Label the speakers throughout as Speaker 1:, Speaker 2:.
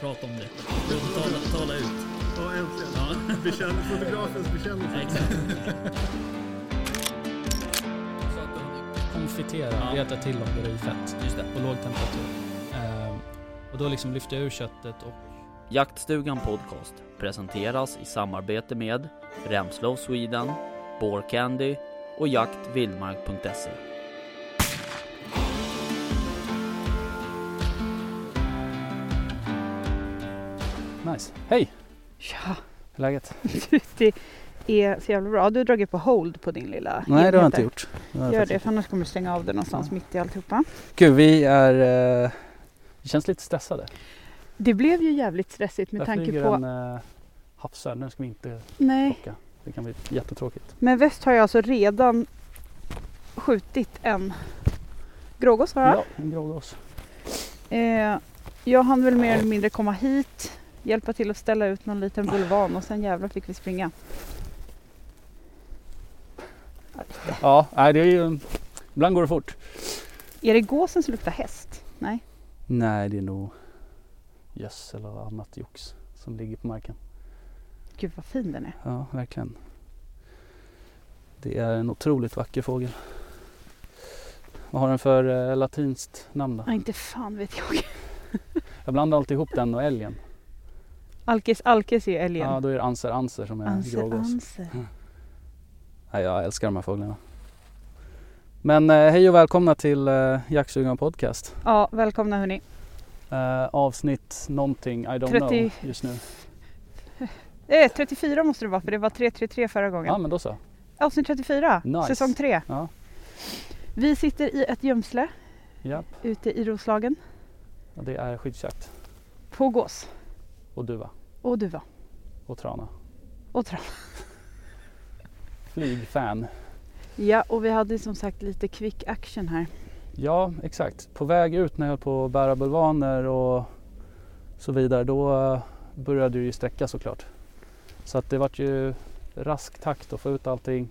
Speaker 1: Prata om det. Tala, tala ut.
Speaker 2: Ja, äntligen.
Speaker 1: Ja.
Speaker 2: Bekänn, fotografens bekännelse.
Speaker 1: Exakt.
Speaker 3: Konfitera,
Speaker 1: Ja.
Speaker 3: veta till om det är i fett
Speaker 1: Just det.
Speaker 3: på låg temperatur. Ehm, och då liksom lyfter jag ur köttet och
Speaker 4: Jaktstugan Podcast presenteras i samarbete med Remslow Sweden, Candy och jaktvildmark.se.
Speaker 3: nice. Hej!
Speaker 5: Ja,
Speaker 3: Hur är läget?
Speaker 5: det är så jävla bra. Har Du har dragit på hold på din lilla
Speaker 3: Nej det har jag
Speaker 5: enhet
Speaker 3: inte
Speaker 5: där.
Speaker 3: gjort. Det har jag
Speaker 5: Gör
Speaker 3: faktiskt
Speaker 5: det, för annars kommer du stänga av det någonstans
Speaker 3: Ja.
Speaker 5: mitt i alltihopa.
Speaker 3: inte. Gud vi är... eh, vi känns lite stressade.
Speaker 5: Det blev ju jävligt stressigt med
Speaker 3: Där
Speaker 5: tanke
Speaker 3: flyger
Speaker 5: på...
Speaker 3: en eh, havsörn. Nu ska vi inte
Speaker 5: Nej,
Speaker 3: plocka. Det kan bli jättetråkigt.
Speaker 5: men väst har jag alltså redan skjutit en grågås har jag.
Speaker 3: Ja, en grågås.
Speaker 5: Eh, jag hann väl mer eller mindre komma hit, hjälpa till att ställa ut någon liten bulvan och sen jävlar fick vi springa.
Speaker 3: Ja, nej, det är ju... Ibland går det fort.
Speaker 5: Är det gåsen som luktar häst? Nej.
Speaker 3: Nej, det är nog gödsel och annat jox som ligger på marken.
Speaker 5: Gud vad fin den är.
Speaker 3: Ja, verkligen. Det är en otroligt vacker fågel. Vad har den för eh, latinskt namn då?
Speaker 5: Ja, inte fan vet jag.
Speaker 3: Jag blandar alltid ihop den och älgen.
Speaker 5: Alkis alkis är älgen.
Speaker 3: Ja, då är det anser anser som är
Speaker 5: Anser,
Speaker 3: grågås.
Speaker 5: anser.
Speaker 3: Nej, jag älskar de här fåglarna. Men eh, hej och välkomna till eh, Jaktsugan Podcast.
Speaker 5: Ja, välkomna hörni.
Speaker 3: Eh, avsnitt någonting, I don't
Speaker 5: 30.
Speaker 3: know just nu.
Speaker 5: Eh, 34 måste det vara för det var 333 förra
Speaker 3: Ja,
Speaker 5: gången.
Speaker 3: men då så.
Speaker 5: Avsnitt 34,
Speaker 3: Nice.
Speaker 5: säsong 3.
Speaker 3: Ja.
Speaker 5: Vi sitter i ett gömsle
Speaker 3: Japp,
Speaker 5: ute i Roslagen
Speaker 3: och det är skyddsjakt.
Speaker 5: på gås
Speaker 3: Och duva.
Speaker 5: och duva
Speaker 3: Och trana.
Speaker 5: och tran.
Speaker 3: Flygfan.
Speaker 5: Ja, och vi hade som sagt lite quick action här.
Speaker 3: Ja, exakt. På väg ut när jag höll på att bära bulvaner och så vidare, då eh, började det ju sträcka såklart. Så att det vart ju rask takt att få ut allting.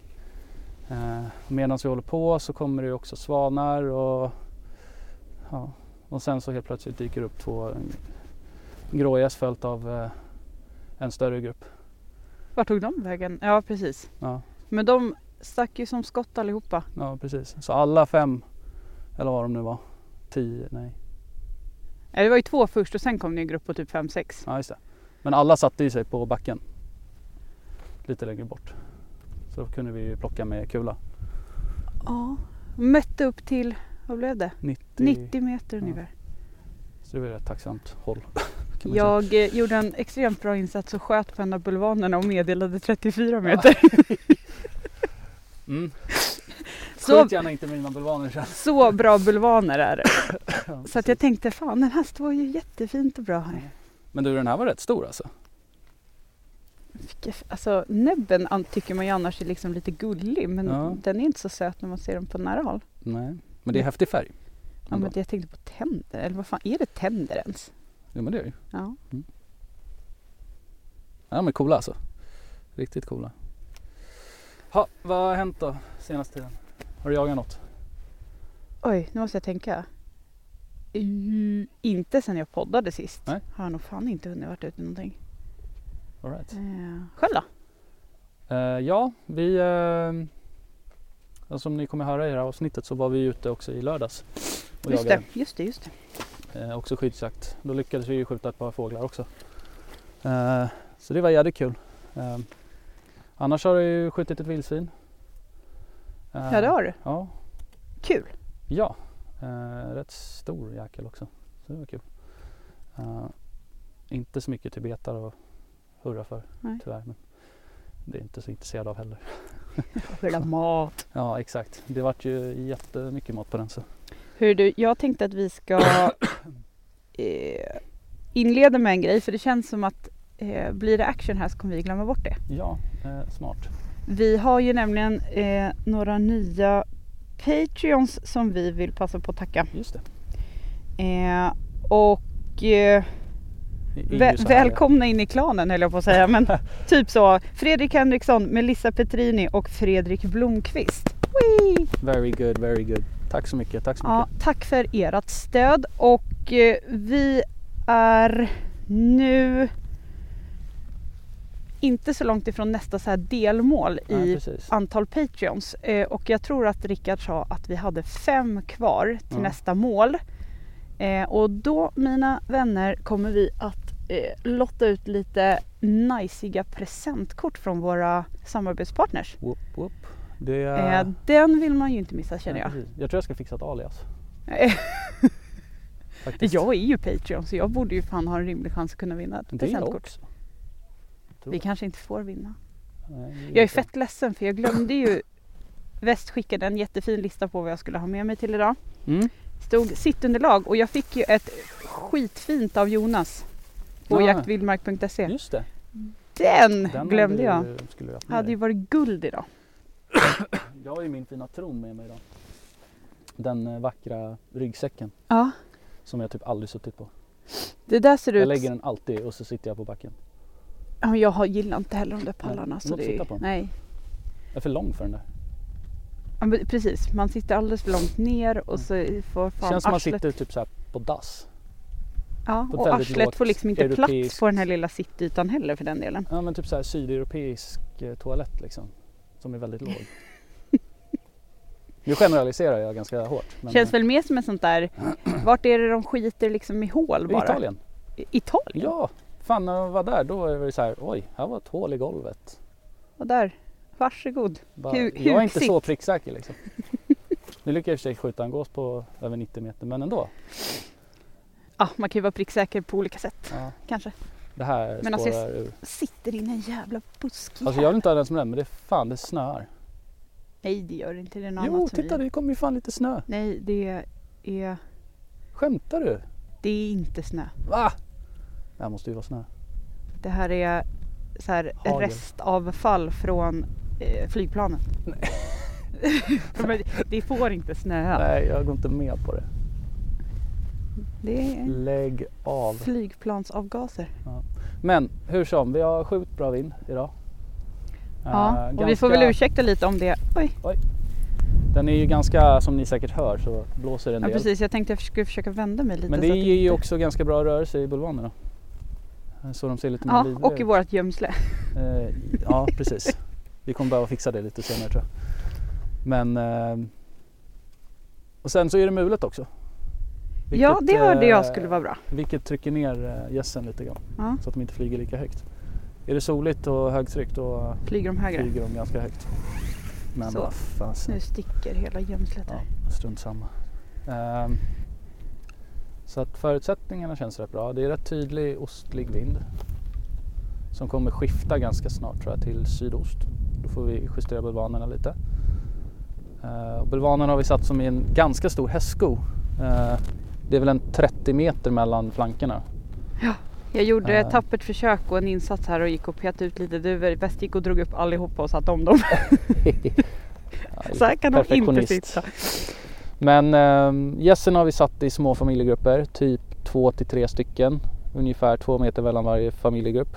Speaker 3: Eh, Medan vi håller på så kommer det ju också svanar och, ja. och sen så helt plötsligt dyker det upp två grågäss följt av eh, en större grupp.
Speaker 5: Vart tog de vägen? Ja, precis.
Speaker 3: Ja,
Speaker 5: Men de stack ju som skott allihopa.
Speaker 3: ja, precis. Så alla fem, eller vad de nu var, tio, nej,
Speaker 5: Eh, Det var ju två först och sen kom det en grupp på typ 5-6.
Speaker 3: Ja, just det. Men alla satte ju sig på backen. Lite längre bort. Så då kunde vi ju plocka med kula.
Speaker 5: Ja. Mötte upp till, vad blev det?
Speaker 3: 90.
Speaker 5: 90 meter
Speaker 3: Ja.
Speaker 5: ungefär.
Speaker 3: Så det var ju ett tacksamt håll. kan man säga.
Speaker 5: Jag eh, gjorde en extremt bra insats och sköt på en av bulvanerna och meddelade 34 meter.
Speaker 3: Mm.
Speaker 5: Så
Speaker 3: Skjut gärna inte mina bulvaner sen.
Speaker 5: Så bra bulvaner är det.
Speaker 3: Ja,
Speaker 5: Så att jag tänkte fan den här står ju jättefint och bra här.
Speaker 3: Men du den här var rätt stor alltså.
Speaker 5: Vilken- Alltså näbben an- tycker man ju annars är liksom lite gullig men
Speaker 3: Ja.
Speaker 5: den är inte så söt när man ser den på nära håll.
Speaker 3: Nej. Men det är häftig färg.
Speaker 5: Ja, men jag tänkte på tänder, eller vad fan är det tänder ens?
Speaker 3: Jo men det är det ju.
Speaker 5: Ja.
Speaker 3: Ja men coola alltså. Riktigt coola. Ha, vad har hänt då senaste tiden? Har du jagat något?
Speaker 5: Oj, nu måste jag tänka. Mm, inte sen jag poddade sist.
Speaker 3: Nej.
Speaker 5: Har jag nog fan inte hunnit varit ute någonting.
Speaker 3: All right.
Speaker 5: Eh, själv då?
Speaker 3: Eh, ja, vi... eh, ja, som ni kommer höra i det här avsnittet så var vi ute också i lördags och
Speaker 5: Just
Speaker 3: jagade.
Speaker 5: det, just det, just det.
Speaker 3: Eh, också skyddsjakt. Då lyckades vi ju skjuta ett par fåglar också. Eh, så det var jävligt kul. Eh, annars har jag ju skjutit ett vildsvin. Eh,
Speaker 5: Ja det har du.
Speaker 3: Ja,
Speaker 5: Kul.
Speaker 3: ja. Eh, rätt stor jäkel också. Så det var kul. Eh, inte så mycket tibetar att hurra för
Speaker 5: Nej.
Speaker 3: tyvärr. Men det är jag inte så intresserad av heller.
Speaker 5: Vill ha mat.
Speaker 3: Ja exakt, det vart ju jättemycket mat på den så.
Speaker 5: Hur du, jag tänkte att vi ska eh, inleda med en grej för det känns som att eh, blir det action här så kommer vi glömma bort det.
Speaker 3: Ja, eh, smart.
Speaker 5: Vi har ju nämligen eh, några nya Patreons som vi vill passa på att tacka.
Speaker 3: Just det.
Speaker 5: Eh, och eh,
Speaker 3: det är ju
Speaker 5: vä-
Speaker 3: så här-
Speaker 5: välkomna in i klanen höll jag på att säga. Men typ så. Fredrik Henriksson, Melissa Petrini och Fredrik Blomqvist. Whee!
Speaker 3: Very good, very good. Tack så mycket, tack så
Speaker 5: Ja,
Speaker 3: mycket.
Speaker 5: tack för ert stöd och eh, vi är nu inte så långt ifrån nästa så här delmål
Speaker 3: Nej,
Speaker 5: i
Speaker 3: precis.
Speaker 5: antal Patreons. Eh, och jag tror att Rickard sa att vi hade fem kvar till
Speaker 3: Ja.
Speaker 5: nästa mål. Eh, och då mina vänner kommer vi att eh, lotta ut lite najsiga presentkort från våra samarbetspartners.
Speaker 3: Whoop, whoop. Det,
Speaker 5: Eh, den vill man ju inte missa känner
Speaker 3: nej,
Speaker 5: jag.
Speaker 3: precis. jag tror jag ska fixa ett alias.
Speaker 5: Eh,
Speaker 3: Faktiskt.
Speaker 5: jag är ju Patreon så jag borde ju fan ha en rimlig chans att kunna vinna ett
Speaker 3: det är jag
Speaker 5: presentkort.
Speaker 3: också.
Speaker 5: Vi kanske inte får vinna.
Speaker 3: Nej, det
Speaker 5: Jag är
Speaker 3: inte.
Speaker 5: fett ledsen för jag glömde ju Väst skickade en jättefin lista på vad jag skulle ha med mig till idag.
Speaker 3: Mm.
Speaker 5: Stod sittunderlag och jag fick ju ett skitfint av Jonas på
Speaker 3: Ah.
Speaker 5: jaktvildmark.se.
Speaker 3: Just det.
Speaker 5: Den,
Speaker 3: Den
Speaker 5: glömde
Speaker 3: hade
Speaker 5: jag.
Speaker 3: du- Skulle jag, haft med
Speaker 5: Hade ju
Speaker 3: dig.
Speaker 5: varit guld idag.
Speaker 3: jag har ju min fina tron med mig idag. Den eh, vackra ryggsäcken
Speaker 5: Ja,
Speaker 3: som jag typ aldrig suttit på.
Speaker 5: det där ser
Speaker 3: Jag
Speaker 5: ut...
Speaker 3: lägger den alltid och så sitter jag på backen.
Speaker 5: Ja, men jag har, gillar inte heller de där pallarna.
Speaker 3: du
Speaker 5: Så
Speaker 3: måste
Speaker 5: det
Speaker 3: sitta på
Speaker 5: är...
Speaker 3: dem.
Speaker 5: Nej,
Speaker 3: Jag är för lång för den där.
Speaker 5: Ja, men precis. Man sitter alldeles för långt ner och så får fan
Speaker 3: Mm. Känns som man
Speaker 5: arslet-
Speaker 3: sitter typ så här på dass.
Speaker 5: Ja,
Speaker 3: på ett
Speaker 5: och
Speaker 3: väldigt
Speaker 5: arslet
Speaker 3: lågt
Speaker 5: får liksom inte plats
Speaker 3: europeiskt-
Speaker 5: på den här lilla sittytan heller för den delen.
Speaker 3: Ja men typ så här sydeuropeisk eh, toalett liksom. Som är väldigt låg. nu generaliserar jag ganska hårt. Men eh,
Speaker 5: Känns väl mer som en sånt där, vart är det de skiter liksom i hål
Speaker 3: I
Speaker 5: bara?
Speaker 3: Italien.
Speaker 5: I- Italien?
Speaker 3: Ja, fan när jag var där då var det så här, oj, här var ett hål i golvet.
Speaker 5: Och där, varsågod.
Speaker 3: Bara,
Speaker 5: Hur-
Speaker 3: jag är inte
Speaker 5: huksigt.
Speaker 3: så pricksäker liksom. Nu lyckades jag i och för sig skjuta en gås på över 90 meter men ändå.
Speaker 5: Ja, man kan ju vara pricksäker på olika sätt
Speaker 3: Ja,
Speaker 5: kanske.
Speaker 3: det här
Speaker 5: Men
Speaker 3: men
Speaker 5: alltså,
Speaker 3: spårar
Speaker 5: jag-
Speaker 3: ur.
Speaker 5: Sitter inne i en jävla buske.
Speaker 3: Alltså jag vill inte ha den som den men det är fan det snöar.
Speaker 5: Nej det gör inte det. Är något
Speaker 3: Jo
Speaker 5: annat som
Speaker 3: titta
Speaker 5: vi...
Speaker 3: det kommer ju fan lite snö.
Speaker 5: Nej det är,
Speaker 3: Skämtar du?
Speaker 5: det är inte snö.
Speaker 3: Va? Det här måste ju vara snö.
Speaker 5: Det här är så här
Speaker 3: Hagel.
Speaker 5: restavfall från eh, flygplanen. Nej. det får inte snöa.
Speaker 3: Nej jag går inte med på det.
Speaker 5: Det är
Speaker 3: Lägg av.
Speaker 5: flygplansavgaser.
Speaker 3: Men hur som, vi har sjukt bra vind idag. Eh,
Speaker 5: Ja, och vi
Speaker 3: ganska-
Speaker 5: får väl ursäkta lite om det. Oj.
Speaker 3: Den är ju ganska, som ni säkert hör, så blåser en
Speaker 5: Ja
Speaker 3: del.
Speaker 5: precis, jag tänkte jag skulle försöka vända mig lite.
Speaker 3: Men det
Speaker 5: så att
Speaker 3: ger ju
Speaker 5: inte-
Speaker 3: också ganska bra rörelse i bulvanerna. Eh, Så de ser lite mer
Speaker 5: Ja,
Speaker 3: livliga
Speaker 5: och i
Speaker 3: ut.
Speaker 5: vårt gömsle.
Speaker 3: Eh, Ja, precis. Vi kommer behöva fixa det lite senare tror jag. Men... eh, Och sen så är det mulet också.
Speaker 5: ja, det hörde jag
Speaker 3: eh,
Speaker 5: skulle vara bra.
Speaker 3: Vilket trycker ner eh, gässen lite grann
Speaker 5: Ja,
Speaker 3: så att de inte flyger lika högt. Är det soligt och högtryck då
Speaker 5: flyger de högre.
Speaker 3: flyger de ganska högt. Men
Speaker 5: Så.
Speaker 3: vad fasen.
Speaker 5: Nu sticker hela gömslet här.
Speaker 3: Ja, strunt samma. Ehm, så att förutsättningarna känns rätt bra. Det är rätt tydlig ostlig vind som kommer skifta ganska snart tror jag till sydost. Då får vi justera bulvanerna lite. Uh, bulvanerna har vi satt som i en ganska stor hästsko. Eh, det är väl en 30 meter mellan flankerna.
Speaker 5: Jag gjorde ett
Speaker 3: Eh.
Speaker 5: tappert försök och en insats här och gick och petade ut lite duvor. Bäst gick och drog upp allihopa och satte om dem. Så här kan de inte
Speaker 3: Perfektionist.
Speaker 5: sitta.
Speaker 3: Men ehm, gässen har vi satt i små familjegrupper, typ två till tre stycken. Ungefär två meter mellan varje familjegrupp.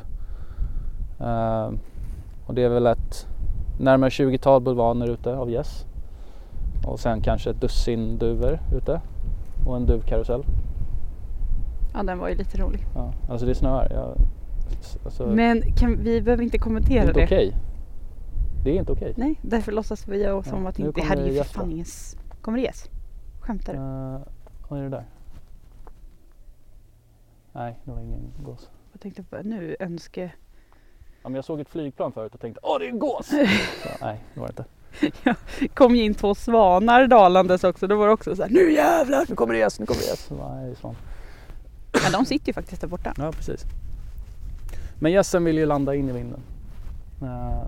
Speaker 3: Ehm, och det är väl ett närmare 20-tal bulvaner ute av gäss. Och sen kanske ett dussin duvor ute. Och en duvkarusell.
Speaker 5: Ja, den var ju lite rolig.
Speaker 3: Ja, alltså det snöar. Jag, alltså,
Speaker 5: Men kan, vi behöver inte
Speaker 3: det är
Speaker 5: kommentera
Speaker 3: inte
Speaker 5: det.
Speaker 3: okej. Det är inte okej.
Speaker 5: Nej, därför låtsas vi ju som
Speaker 3: Ja,
Speaker 5: att det
Speaker 3: nu
Speaker 5: inte...
Speaker 3: kommer
Speaker 5: Här är ju
Speaker 3: det
Speaker 5: för fan
Speaker 3: gäss, va?
Speaker 5: ingen... s- Kommer det gäss? Skämtar du?
Speaker 3: Eh, vad är det där? Nej, det var ingen gås.
Speaker 5: Jag tänkte bara nu önske...
Speaker 3: Ja, men jag såg ett flygplan förut och tänkte åh det är en gås! Så, nej, det var det inte.
Speaker 5: kom ju in två svanar dalandes också. Då var det också så här, nu jävlar!
Speaker 3: Nu kommer det gäss, nu kommer det gäss! Så, Nej, det är svan.
Speaker 5: Men de sitter ju faktiskt där borta.
Speaker 3: Ja, precis. Men gässen vill ju landa in i vinden. Eh,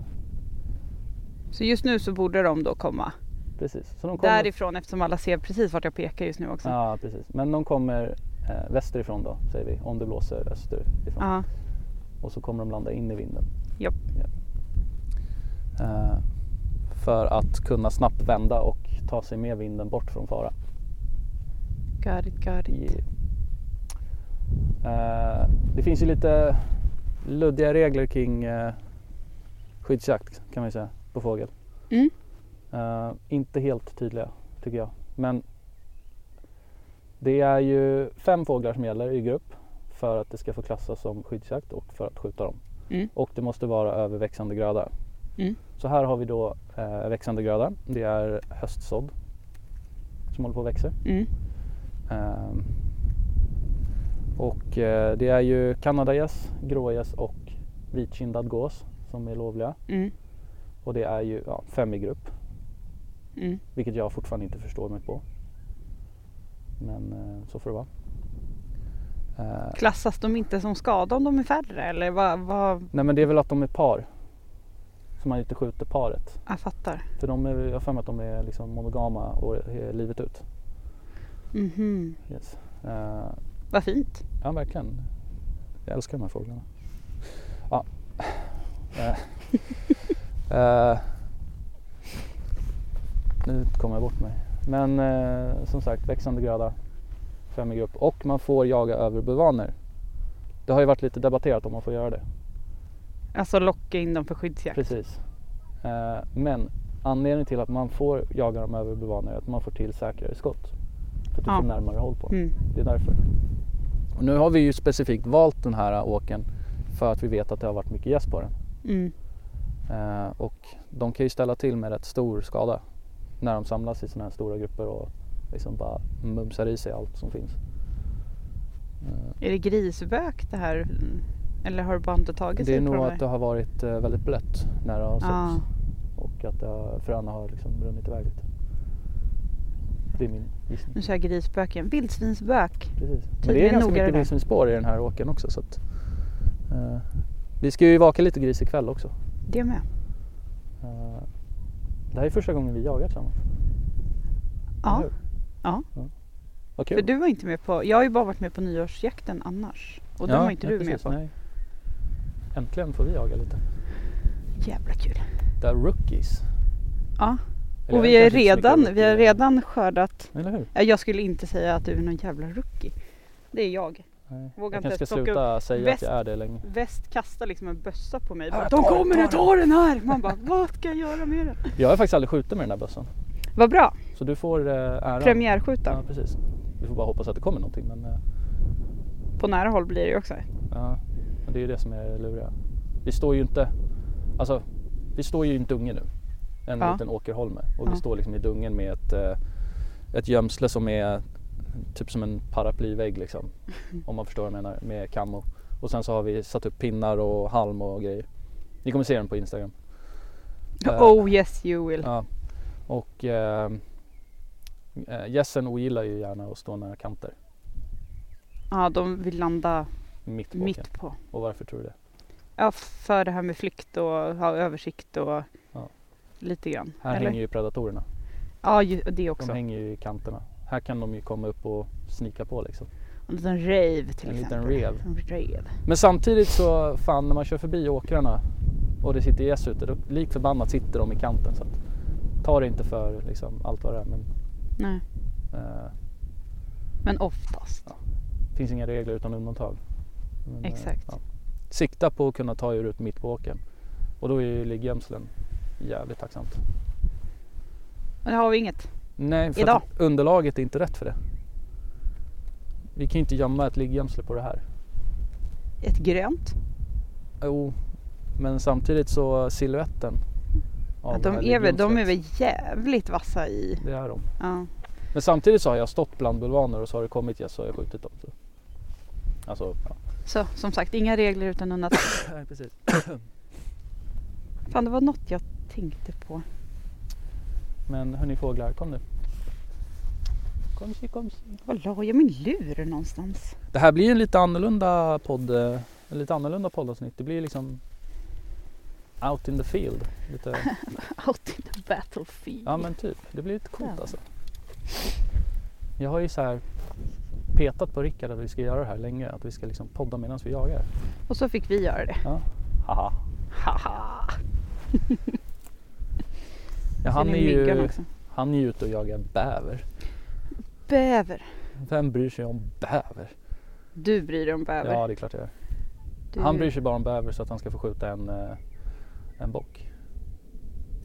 Speaker 5: Så just nu så borde de då komma
Speaker 3: precis. Så de kommer...
Speaker 5: därifrån eftersom alla ser precis vart jag pekar just nu också. Ja.
Speaker 3: Ja, precis. Men de kommer eh, västerifrån då, säger vi. Om det blåser österifrån. Och så kommer de landa in i vinden.
Speaker 5: Japp.
Speaker 3: Ja. Eh, för att kunna snabbt vända och ta sig med vinden bort från fara.
Speaker 5: Got it, got it.
Speaker 3: Yeah. Eh, det finns ju lite luddiga regler kring eh, skyddsjakt kan man ju säga på fågel.
Speaker 5: Mm.
Speaker 3: Eh, inte helt tydliga tycker jag. Men det är ju fem fåglar som gäller i grupp. för att det ska få klassas som skyddsjakt och för att skjuta dem.
Speaker 5: Mm.
Speaker 3: Och det måste vara över växande gröda.
Speaker 5: Mm.
Speaker 3: Så här har vi då eh, växande gröda. Det är höstsådd som håller på att växa.
Speaker 5: Mm.
Speaker 3: Ehm, och eh, det är ju kanadagäss, grågäss och vitkindad gås som är lovliga.
Speaker 5: Mm.
Speaker 3: Och det är ju ja, fem i grupp,
Speaker 5: Mm.
Speaker 3: vilket jag fortfarande inte förstår mig på. Men eh, så får det vara. Eh,
Speaker 5: Klassas de inte som skada om de är färre eller vad? vad
Speaker 3: nej men det är väl att de är par. Så man inte skjuter paret.
Speaker 5: jag fattar.
Speaker 3: För de är, jag har för mig att de är liksom monogama och eh, livet ut.
Speaker 5: Mhm.
Speaker 3: Yes. Eh,
Speaker 5: Vad fint.
Speaker 3: ja, verkligen. Jag älskar de här fåglarna. Ja. Eh, eh, nu kommer jag bort mig. Men eh, som sagt, växande gröda, fem i grupp och man får jaga över bulvaner. Det har ju varit lite debatterat om man får göra det.
Speaker 5: Alltså locka in dem för skyddsjakt.
Speaker 3: Precis. Eh, men anledningen till att man får jaga dem över bulvaner är att man får till säkrare skott. För att du
Speaker 5: Ja.
Speaker 3: får närmare håll på dem.
Speaker 5: Mm.
Speaker 3: Det är därför. Och nu har vi ju specifikt valt den här åken för att vi vet att det har varit mycket gäss på den.
Speaker 5: Mm.
Speaker 3: Eh, och de kan ju ställa till med rätt stor skada när de samlas i sådana här stora grupper och liksom bara mumsar i sig allt som finns. Eh,
Speaker 5: Är det grisbök det här? Mm. Eller har du bara inte tagit
Speaker 3: Eh, det är
Speaker 5: sig
Speaker 3: nog
Speaker 5: prover?
Speaker 3: att det har varit eh, väldigt blött när det har
Speaker 5: Ja.
Speaker 3: såtts och att det har- fröna har liksom runnit iväg lite. Det är min gissning.
Speaker 5: Nu sa jag grisböken. Vildsvinsbök.
Speaker 3: Precis. Men det är
Speaker 5: Tydligen
Speaker 3: ganska
Speaker 5: nogare
Speaker 3: mycket
Speaker 5: där.
Speaker 3: vildsvinsspår i den här åkern också. Så att, eh, vi ska ju vaka lite gris ikväll också.
Speaker 5: Det med.
Speaker 3: Eh, det här är första gången vi jagar tillsammans.
Speaker 5: Ja.
Speaker 3: eller hur?
Speaker 5: Ja.
Speaker 3: Vad kul.
Speaker 5: För du var inte med på, jag har ju bara varit med på nyårsjakten annars. Och den var inte
Speaker 3: nej,
Speaker 5: du med
Speaker 3: precis,
Speaker 5: på.
Speaker 3: Nej. Äntligen får vi jaga lite.
Speaker 5: Jävla kul.
Speaker 3: Det är rookies.
Speaker 5: Ja.
Speaker 3: Eller
Speaker 5: och vi
Speaker 3: kanske
Speaker 5: har,
Speaker 3: inte så mycket
Speaker 5: redan, vi har
Speaker 3: rookie,
Speaker 5: redan skördat.
Speaker 3: Eller hur?
Speaker 5: Ja, Jag skulle inte säga att du är någon jävla rookie. Det är jag.
Speaker 3: Nej.
Speaker 5: Vågar
Speaker 3: jag
Speaker 5: inte
Speaker 3: kanske ska
Speaker 5: plocka
Speaker 3: sluta säga
Speaker 5: bäst-
Speaker 3: att jag är det längre.
Speaker 5: Väst kastar liksom en bössa på mig.
Speaker 3: Ja,
Speaker 5: Bara,
Speaker 3: jag
Speaker 5: De
Speaker 3: tar den,
Speaker 5: kommer
Speaker 3: tar
Speaker 5: att ta den här! Man bara, vad ska jag göra med den?
Speaker 3: Jag har faktiskt aldrig skjutit med den här bössan.
Speaker 5: Vad bra!
Speaker 3: Så du får eh, äran. Ja,
Speaker 5: Premiärskjuta.
Speaker 3: precis. Vi får bara hoppas att det kommer någonting. Men, eh,
Speaker 5: På nära håll blir det ju också.
Speaker 3: Ja, och det är ju det som är det luriga. Vi står ju inte, alltså, vi står ju i en dunge nu. En
Speaker 5: Ja.
Speaker 3: liten åkerholme. Och
Speaker 5: Ja.
Speaker 3: vi står liksom i dungen med ett, eh, ett gömsle som är typ som en paraplyvägg liksom. Om man förstår vad jag menar med kammo. Och sen så har vi satt upp pinnar och halm och grejer. Ni kommer se den på Instagram. Eh,
Speaker 5: Oh yes you will.
Speaker 3: Ja. Och eh, eh, gässen ogillar ju gärna att stå nära kanter.
Speaker 5: Ja, de vill landa
Speaker 3: Mitt på åkern.
Speaker 5: mitt på.
Speaker 3: Och varför tror du det?
Speaker 5: Ja, för det här med flykt och ha översikt och
Speaker 3: Ja.
Speaker 5: lite grann.
Speaker 3: Här
Speaker 5: eller?
Speaker 3: hänger ju predatorerna.
Speaker 5: Ja, ju, det också.
Speaker 3: De hänger ju i kanterna. Här kan de ju komma upp och snika på liksom.
Speaker 5: En liten rave till
Speaker 3: En liten
Speaker 5: exempel.
Speaker 3: rev.
Speaker 5: En rev.
Speaker 3: Men samtidigt så fan när man kör förbi åkrarna och det sitter gäss ute, då lik förbannat sitter de i kanten. Så att, ta det inte för liksom, allt vad det är. Men
Speaker 5: Nej,
Speaker 3: eh,
Speaker 5: men oftast.
Speaker 3: Ja. finns inga regler utan undantag. Men, eh,
Speaker 5: Exakt.
Speaker 3: Sikta på att kunna ta er ut mitt på åkern. Och då är ju liggömslen jävligt tacksamt.
Speaker 5: Och det har vi inget.
Speaker 3: Nej, för
Speaker 5: Idag.
Speaker 3: att underlaget är inte rätt för det. Vi kan ju inte gömma ett liggömsle på det här.
Speaker 5: Ett grönt.
Speaker 3: Jo, men samtidigt så siluetten. av
Speaker 5: Ja,
Speaker 3: det
Speaker 5: de,
Speaker 3: här
Speaker 5: är väl, de är
Speaker 3: liggjonslet,
Speaker 5: väl jävligt vassa i.
Speaker 3: Det är de.
Speaker 5: Ja.
Speaker 3: Men samtidigt så har jag stått bland bulvaner och så har det kommit gäss och jag har skjutit dem. Så. Alltså, ja.
Speaker 5: Så som sagt, inga regler utan undantag.
Speaker 3: Nej, precis.
Speaker 5: Fan, det var något jag tänkte på.
Speaker 3: Men hörni fåglar, kom nu. Kom si, kom si.
Speaker 5: Var la jag min lur någonstans?
Speaker 3: Det här blir ju en lite annorlunda podd, eh, en lite annorlunda poddavsnitt. Det blir liksom out in the field. Lite,
Speaker 5: Out in the battlefield.
Speaker 3: ja men typ, det blir lite coolt
Speaker 5: Ja.
Speaker 3: alltså. Jag har ju så här petat på Rickard att vi ska göra det här länge, att vi ska liksom podda medan vi jagar.
Speaker 5: Och så fick vi göra det.
Speaker 3: Ja. Haha.
Speaker 5: Haha!
Speaker 3: Ja, han,
Speaker 5: Ser
Speaker 3: är
Speaker 5: ni myggan
Speaker 3: ju,
Speaker 5: också?
Speaker 3: han är ju ute och jagar bäver.
Speaker 5: Bäver.
Speaker 3: Vem bryr sig om bäver?
Speaker 5: Du bryr dig om bäver.
Speaker 3: Ja, det är klart jag gör.
Speaker 5: du...
Speaker 3: Han bryr sig bara om bäver så att han ska få skjuta en, eh, en bock.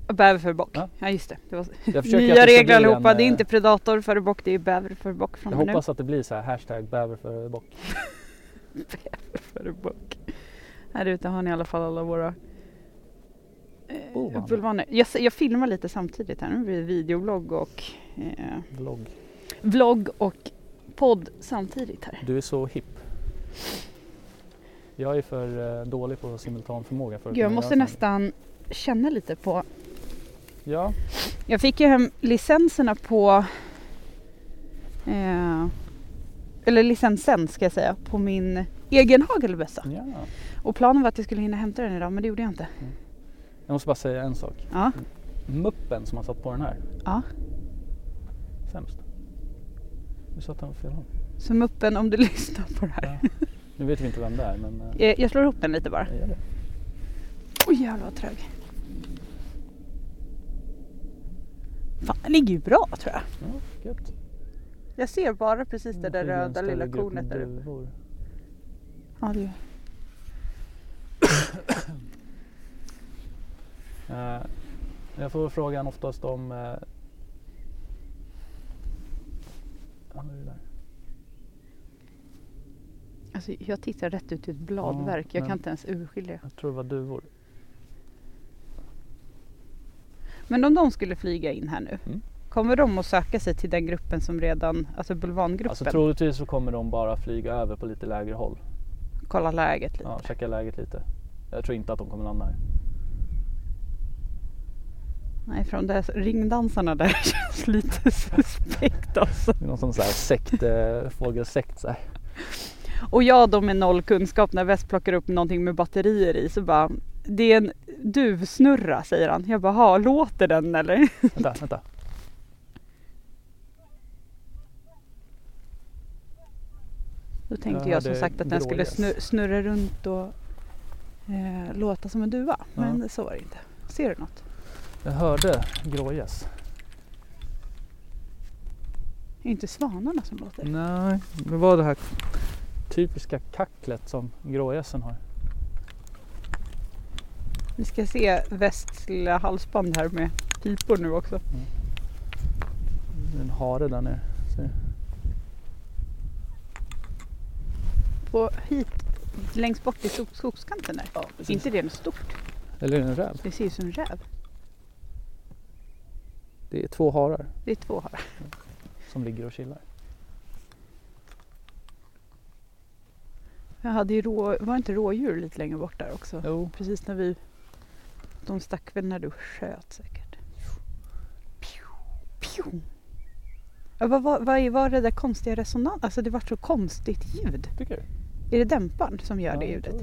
Speaker 5: Bäver för bock. Ja,
Speaker 3: Ja.
Speaker 5: just det. det var...
Speaker 3: Jag försöker att
Speaker 5: Nya
Speaker 3: det ska
Speaker 5: regler
Speaker 3: bli
Speaker 5: allihopa.
Speaker 3: en,
Speaker 5: Det är
Speaker 3: eh,
Speaker 5: inte predator för bock, det är bäver för bock från
Speaker 3: Jag
Speaker 5: och nu.
Speaker 3: hoppas att det blir så här hashtag bäver för bock.
Speaker 5: bäverbuck. Här ute har ni i alla fall alla våra eh,
Speaker 3: Bulvaner.
Speaker 5: bulvaner. Jag, s- jag filmar lite samtidigt här. Nu blir det videoblogg och eh,
Speaker 3: Vlogg.
Speaker 5: vlogg och podd samtidigt här.
Speaker 3: Du är så hipp. Jag är för eh, dålig på simultanförmåga för att
Speaker 5: Gud, jag
Speaker 3: kunna
Speaker 5: måste
Speaker 3: göra
Speaker 5: nästan känna lite på
Speaker 3: sånt. Ja,
Speaker 5: Jag fick ju hem licenserna på eh, eller licensen ska jag säga på min egen hagelbössa.
Speaker 3: ja.
Speaker 5: Och planen var att jag skulle hinna hämta den idag men det gjorde jag inte.
Speaker 3: Jag måste bara säga en sak.
Speaker 5: Ja,
Speaker 3: Muppen som har satt på den här.
Speaker 5: Ja.
Speaker 3: Sämst. Du satte den på fel håll.
Speaker 5: som uppen om du lyssnar på det här.
Speaker 3: Nu vet vi inte vem det är men... eh,
Speaker 5: Eh, Jag slår ihop den lite bara.
Speaker 3: jag gör det.
Speaker 5: Oj jävlar vad trög. Fan den ligger ju bra tror jag.
Speaker 3: Ja, gött.
Speaker 5: Jag ser bara precis det där
Speaker 3: Flyger en
Speaker 5: röda
Speaker 3: större
Speaker 5: lilla
Speaker 3: grupp
Speaker 5: kornet
Speaker 3: med
Speaker 5: där uppe.
Speaker 3: duvor.
Speaker 5: Ja, det...
Speaker 3: Eh, jag får frågan oftast om... eh, ja, nu är det där.
Speaker 5: alltså, jag tittar rätt ut i ett bladverk. Jag
Speaker 3: men-
Speaker 5: kan inte ens urskilja.
Speaker 3: Jag tror det var duvor.
Speaker 5: Men om de skulle flyga in här nu,
Speaker 3: Mm.
Speaker 5: kommer de att söka sig till den gruppen som redan, alltså bulvangruppen?
Speaker 3: Alltså troligtvis så kommer de bara flyga över på lite lägre håll.
Speaker 5: Kolla läget lite.
Speaker 3: Ja, checka läget lite. Jag tror inte att de kommer landa här.
Speaker 5: Nej, från det här, ringdansarna där känns lite suspekt alltså.
Speaker 3: Det är någon sån så här sekt, eh, fågelsekt så här.
Speaker 5: Och jag då med noll kunskap när West plockar upp någonting med batterier i så bara, det är en duvsnurra säger han. Jag bara, "Ha, låter den eller?
Speaker 3: Vänta, vänta.
Speaker 5: Då tänkte
Speaker 3: Ja,
Speaker 5: jag som
Speaker 3: det
Speaker 5: sagt att den skulle
Speaker 3: bråjas.
Speaker 5: snu- snurra runt och eh, låta som en duva. Men så var det inte. Ser du något?
Speaker 3: Jag hörde grågäss.
Speaker 5: Det är inte svanarna som låter.
Speaker 3: Nej, det var det här typiska kacklet som grågässen har.
Speaker 5: Vi ska se västs lilla halsband här med pipor nu också.
Speaker 3: Det är en hare där nere. Ser du?
Speaker 5: På hit längst bort i skog- skogskanten där. är inte det något stort?
Speaker 3: Eller är det en räv?
Speaker 5: Det ser ut som en räv.
Speaker 3: Det är två harar
Speaker 5: Det är två här.
Speaker 3: som ligger och chillar.
Speaker 5: Jag hade ju rå, var inte rådjur lite längre bort där också?
Speaker 3: Jo,
Speaker 5: Precis när vi... De stack väl när du sköt säkert. Pju, pju. Ja, vad, vad, vad är- var det där konstiga resonans? Alltså det var så konstigt ljud.
Speaker 3: tycker du?
Speaker 5: Är det dämparen som gör
Speaker 3: Ja,
Speaker 5: det
Speaker 3: jag
Speaker 5: ljudet?
Speaker 3: tror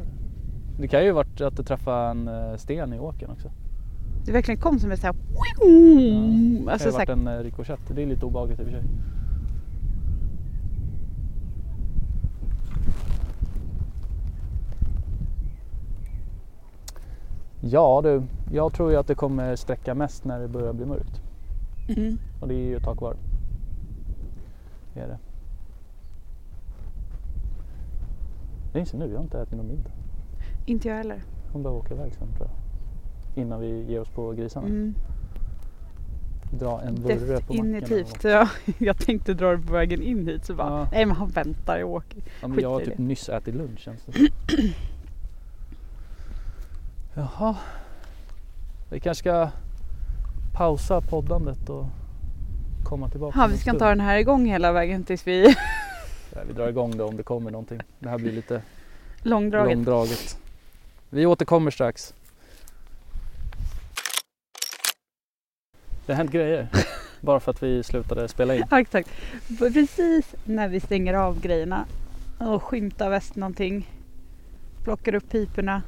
Speaker 3: det. Det kan ju varit att det träffade en eh, sten i åkern också. Det
Speaker 5: Det verkligen kom som ett så här...
Speaker 3: kan
Speaker 5: Alltså
Speaker 3: ju
Speaker 5: så
Speaker 3: varit
Speaker 5: här
Speaker 3: en eh, rikoschett. Det är lite obehagligt i och för sig. Ja du, jag tror ju att det kommer sträcka mest när det börjar bli mörkt.
Speaker 5: mm.
Speaker 3: Och det är ju ett tag kvar. Det är det. Jag inser nu, jag har inte ätit någon middag.
Speaker 5: Inte jag heller.
Speaker 3: Jag kommer behöva åka iväg sen tror jag. Innan vi ger oss på grisarna.
Speaker 5: Mm.
Speaker 3: Dra en vurre på macken.
Speaker 5: Definitivt. Ja, jag tänkte dra det på vägen in hit så bara,
Speaker 3: Ja.
Speaker 5: nej men han väntar, jag åker.
Speaker 3: Ja, men jag har
Speaker 5: Skit i
Speaker 3: typ
Speaker 5: det.
Speaker 3: nyss ätit lunch känns det som. Jaha. Vi kanske ska pausa poddandet och komma tillbaka.
Speaker 5: Ha,
Speaker 3: om
Speaker 5: vi
Speaker 3: en
Speaker 5: ska inte ha
Speaker 3: stund.
Speaker 5: den här igång hela vägen tills vi
Speaker 3: Nej, Vi drar igång då om det kommer någonting. Det här blir lite
Speaker 5: långdraget.
Speaker 3: långdraget. Vi återkommer strax. Det har hänt grejer. Bara för att vi slutade spela in.
Speaker 5: Tack, tack. Precis när vi stänger av grejerna och skymtar väst någonting, plockar upp piporna,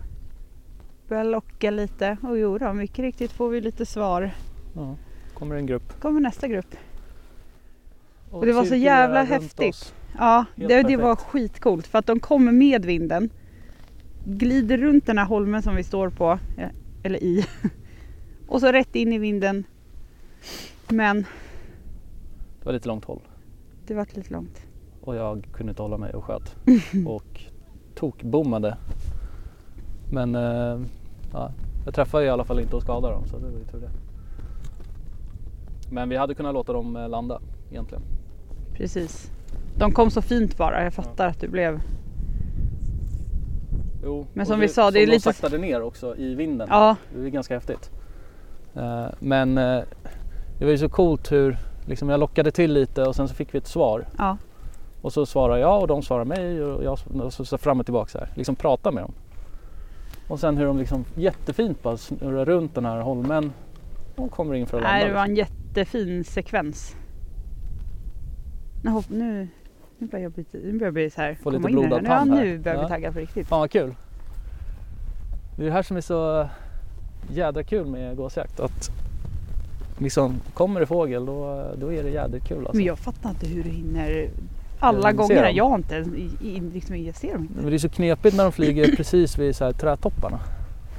Speaker 5: börjar locka lite och jo då, mycket riktigt får vi lite svar.
Speaker 3: Ja, kommer en grupp.
Speaker 5: Kommer nästa grupp. Och det var så
Speaker 3: cirkulerar
Speaker 5: jävla
Speaker 3: runt
Speaker 5: häftigt.
Speaker 3: oss.
Speaker 5: Ja,
Speaker 3: Helt
Speaker 5: det, det var
Speaker 3: perfekt.
Speaker 5: skitcoolt för att de kommer med vinden, glider runt den här holmen som vi står på, eh, eller i, och så rätt in i vinden. Men
Speaker 3: Det var lite långt håll.
Speaker 5: det vart lite långt.
Speaker 3: Och jag kunde inte hålla mig och sköt. och tokbommade. Men eh, ja, jag träffade i alla fall inte och skadade dem så det var ju tur det. Men vi hade kunnat låta dem eh, landa egentligen.
Speaker 5: Precis. De kom så fint bara, jag fattar att du blev
Speaker 3: Jo,
Speaker 5: Men
Speaker 3: och
Speaker 5: som vi sa, det är
Speaker 3: som
Speaker 5: lite-
Speaker 3: de saktade ner också i vinden.
Speaker 5: Ja,
Speaker 3: Det är ganska häftigt. Eh, Men eh, det var ju så coolt hur liksom jag lockade till lite och sen så fick vi ett svar.
Speaker 5: ja,
Speaker 3: Och så svarar jag och de svarar mig och jag och så, så fram och tillbaka så här. Liksom prata med dem. Och sen hur de liksom jättefint bara snurrar runt den här holmen och kommer in för att liksom.
Speaker 5: Nej, det var
Speaker 3: landa.
Speaker 5: en jättefin sekvens. Nå, hopp- Nu, nu börjar jag bli, nu börjar jag bli så här,
Speaker 3: Få lite
Speaker 5: in i det
Speaker 3: blodad
Speaker 5: här.
Speaker 3: tand
Speaker 5: Nu, ja,
Speaker 3: här.
Speaker 5: nu börjar jag
Speaker 3: Ja.
Speaker 5: bli taggad på riktigt.
Speaker 3: Fan vad kul! Det är det här som är så jädra kul med gåsjakt. Att liksom kommer det fågel då, då är det jädrigt kul alltså.
Speaker 5: Men jag fattar inte hur du hinner alla
Speaker 3: Jag ser
Speaker 5: gångerna.
Speaker 3: dem.
Speaker 5: Jag har inte ens, i- i- liksom, jag ser dem inte.
Speaker 3: Men det är så knepigt när de flyger precis vid så här trädtopparna.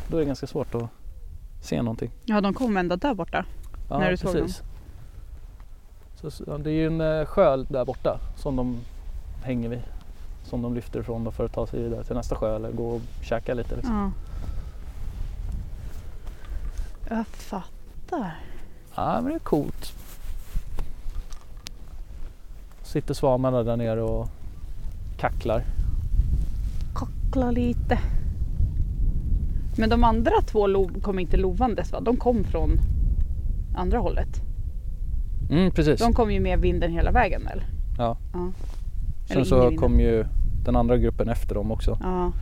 Speaker 3: Då är det ganska svårt att se någonting.
Speaker 5: Ja, de kom ända där borta.
Speaker 3: Ja,
Speaker 5: När du såg
Speaker 3: Så, så, ja, det är ju en eh, sjö där borta som de hänger vid. Som de lyfter ifrån då för att ta sig vidare till nästa sjö eller gå och käka lite. Liksom.
Speaker 5: Ja. Jag fattar.
Speaker 3: Ja men det är coolt. Sitter svanarna där nere och kacklar.
Speaker 5: Kackla lite. Men de andra två lo- kom inte lovandes va? De kom från andra hållet.
Speaker 3: Mm, precis.
Speaker 5: De kom ju med vinden hela vägen väl?
Speaker 3: Ja.
Speaker 5: ja. Eller
Speaker 3: Sen
Speaker 5: in i
Speaker 3: så
Speaker 5: vinden.
Speaker 3: kom ju den andra gruppen efter dem också.
Speaker 5: Ja.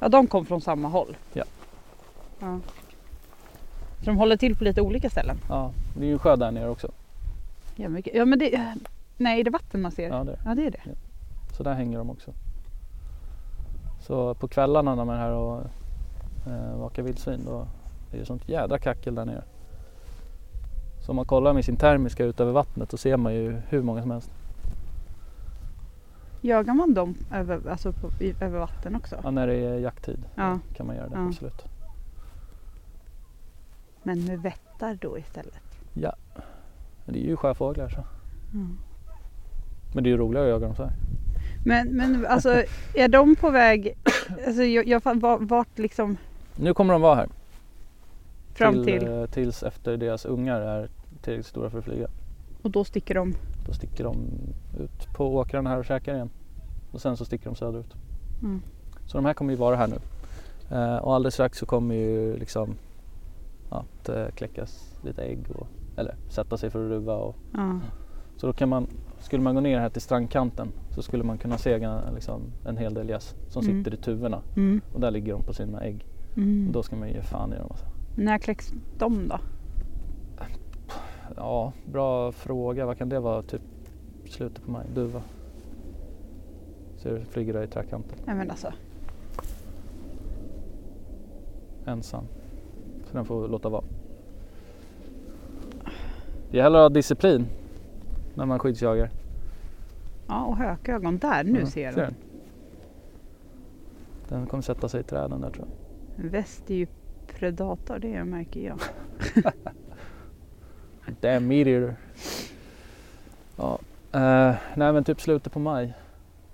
Speaker 5: Ja, de kom från samma håll.
Speaker 3: Ja.
Speaker 5: ja. Så de håller till på lite olika ställen.
Speaker 3: Ja, det är ju en sjö där nere också.
Speaker 5: Ja, men- ja men det... Nej, är det vatten man ser? Ja,
Speaker 3: Ja, det är det.
Speaker 5: det är det.
Speaker 3: Så där hänger de också. Så på kvällarna när man är här och eh, vakar vildsvin då är det sånt jädra kackel där nere. Så om man kollar med sin termiska ut över vattnet så ser man ju hur många som helst.
Speaker 5: Jagar man dem över, alltså på, i, över vatten också?
Speaker 3: Ja, när det är jakttid
Speaker 5: Ja.
Speaker 3: kan man göra det
Speaker 5: Ja.
Speaker 3: absolut.
Speaker 5: Men med vättar då istället?
Speaker 3: Men det är ju sjöfåglar så.
Speaker 5: Mm.
Speaker 3: Men det är ju roligare att jaga dem så här.
Speaker 5: Men, men alltså, är de på väg... Alltså, jag, jag, fan- va- vart liksom
Speaker 3: Nu kommer de vara här.
Speaker 5: fram till...
Speaker 3: eh, tills efter deras ungar är tillräckligt stora för att flyga.
Speaker 5: Och då sticker de.
Speaker 3: Då sticker de ut på åkrarna här och käkar igen. Och sen så sticker de söderut.
Speaker 5: Mm.
Speaker 3: Så de här kommer ju vara här nu. Eh, och alldeles strax så kommer ju liksom att eh, kläckas lite ägg och, eller sätta sig för att ruva. Och,
Speaker 5: Ja.
Speaker 3: så då kan man, skulle man gå ner här till strandkanten så skulle man kunna se gana- liksom, en hel del gäss som
Speaker 5: Mm.
Speaker 3: sitter i tuvorna
Speaker 5: Mm.
Speaker 3: och där ligger de på sina ägg.
Speaker 5: Mm.
Speaker 3: Då ska man ge fan i dem alltså.
Speaker 5: När kläcks de då?
Speaker 3: Ja, bra fråga. Vad kan det vara? Typ slutet på maj? Duva. Ser du, flyger där i träkanten.
Speaker 5: Nej men alltså.
Speaker 3: ensam. Så den får vi låta vara. Det gäller att ha disciplin när man skyddsjagar.
Speaker 5: Ja och hökögon där. Nu
Speaker 3: Mm,
Speaker 5: ser jag
Speaker 3: du
Speaker 5: dem.
Speaker 3: den? Den kommer sätta sig i träden där tror jag.
Speaker 5: Väst är ju predator. Det märker jag.
Speaker 3: Damn meteor. Ja, eh, nej men typ slutet på maj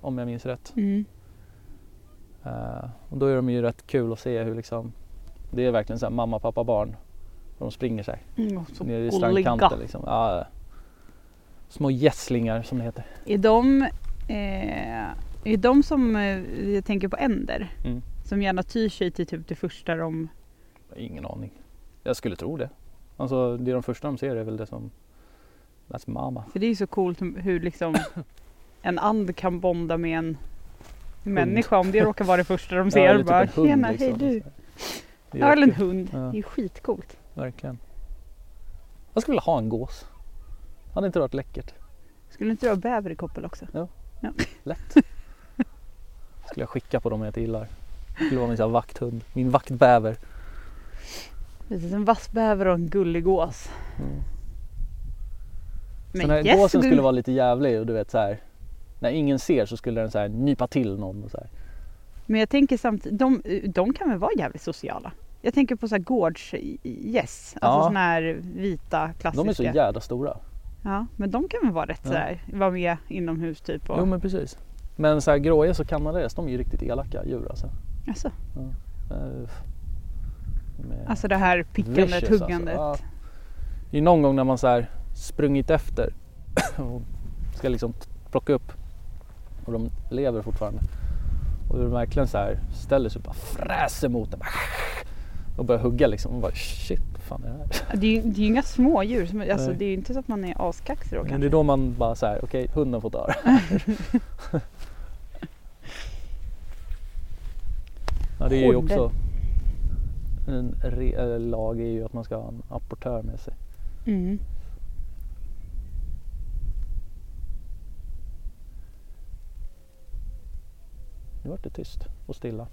Speaker 3: om jag minns rätt.
Speaker 5: Mm.
Speaker 3: Eh, och då är de ju rätt kul att se hur liksom det är verkligen så här mamma, pappa, barn. Och de springer så här
Speaker 5: Mm, och så
Speaker 3: nere i
Speaker 5: gulliga.
Speaker 3: strandkanten liksom. Ja, små gässlingar som det heter.
Speaker 5: Är de, eh, är de som eh, jag tänker på änder?
Speaker 3: Mm.
Speaker 5: Som gärna tyr sig till typ det första de...
Speaker 3: Ingen aning. Jag skulle tro det. Alltså det är de första de ser är väl det som That's mamma.
Speaker 5: För det är ju så coolt hur liksom en and kan bonda med en människa om det råkar vara det första de ser.
Speaker 3: Ja, det är typ
Speaker 5: bara,
Speaker 3: en hund,
Speaker 5: Tjena,
Speaker 3: liksom."
Speaker 5: hej du.
Speaker 3: Det är
Speaker 5: Ja, eller en
Speaker 3: jättekul.
Speaker 5: hund.
Speaker 3: Ja.
Speaker 5: Det är ju skitcoolt.
Speaker 3: Verkligen. Jag skulle vilja ha en gås. Hade inte det varit läckert?
Speaker 5: Skulle inte du ha bäver i koppel också?
Speaker 3: Lätt. skulle jag skicka på dem jag inte gillar. Det skulle vara min så här vakthund. Min vaktbäver.
Speaker 5: Precis, en vassbäver och en gullig gås.
Speaker 3: Mm.
Speaker 5: Men
Speaker 3: Så när
Speaker 5: yes,
Speaker 3: gåsen
Speaker 5: du-
Speaker 3: skulle vara lite jävlig och du vet så här. När ingen ser så skulle den så här nypa till någon. Och så här.
Speaker 5: Men jag tänker samtidigt, de, eh, de kan väl vara jävligt sociala? Jag tänker på så här gårdsgäss, alltså
Speaker 3: Ja.
Speaker 5: såna här vita klassiska.
Speaker 3: De är så jävla stora.
Speaker 5: Ja, men de kan väl vara rätt
Speaker 3: Ja.
Speaker 5: så här, vara med inomhus typ och...
Speaker 3: Jo men precis. Men så här grågäss och kanadagäss de är ju riktigt elaka djur alltså.
Speaker 5: alltså,
Speaker 3: Eh, med-
Speaker 5: alltså det här pickandet,
Speaker 3: Vicious,
Speaker 5: huggandet.
Speaker 3: Alltså. Ja. Det är någon gång när man så här sprungit efter och ska liksom plocka upp och de lever fortfarande. Och de verkligen så här ställer sig upp och bara fräser mot den. Och börjar hugga liksom. Och bara shit, vad fan är det här?
Speaker 5: Det är ju, det är ju inga små djur. som- Alltså,
Speaker 3: Nej.
Speaker 5: det är ju inte så att man är askaxig då
Speaker 3: Men det är
Speaker 5: kanske.
Speaker 3: då man bara så här, okej hunden får dö. ja, det är ju
Speaker 5: Hunden.
Speaker 3: också. En re- eller lag är ju att man ska ha en apportör med sig.
Speaker 5: Mm.
Speaker 3: Nu vart det tyst och stilla.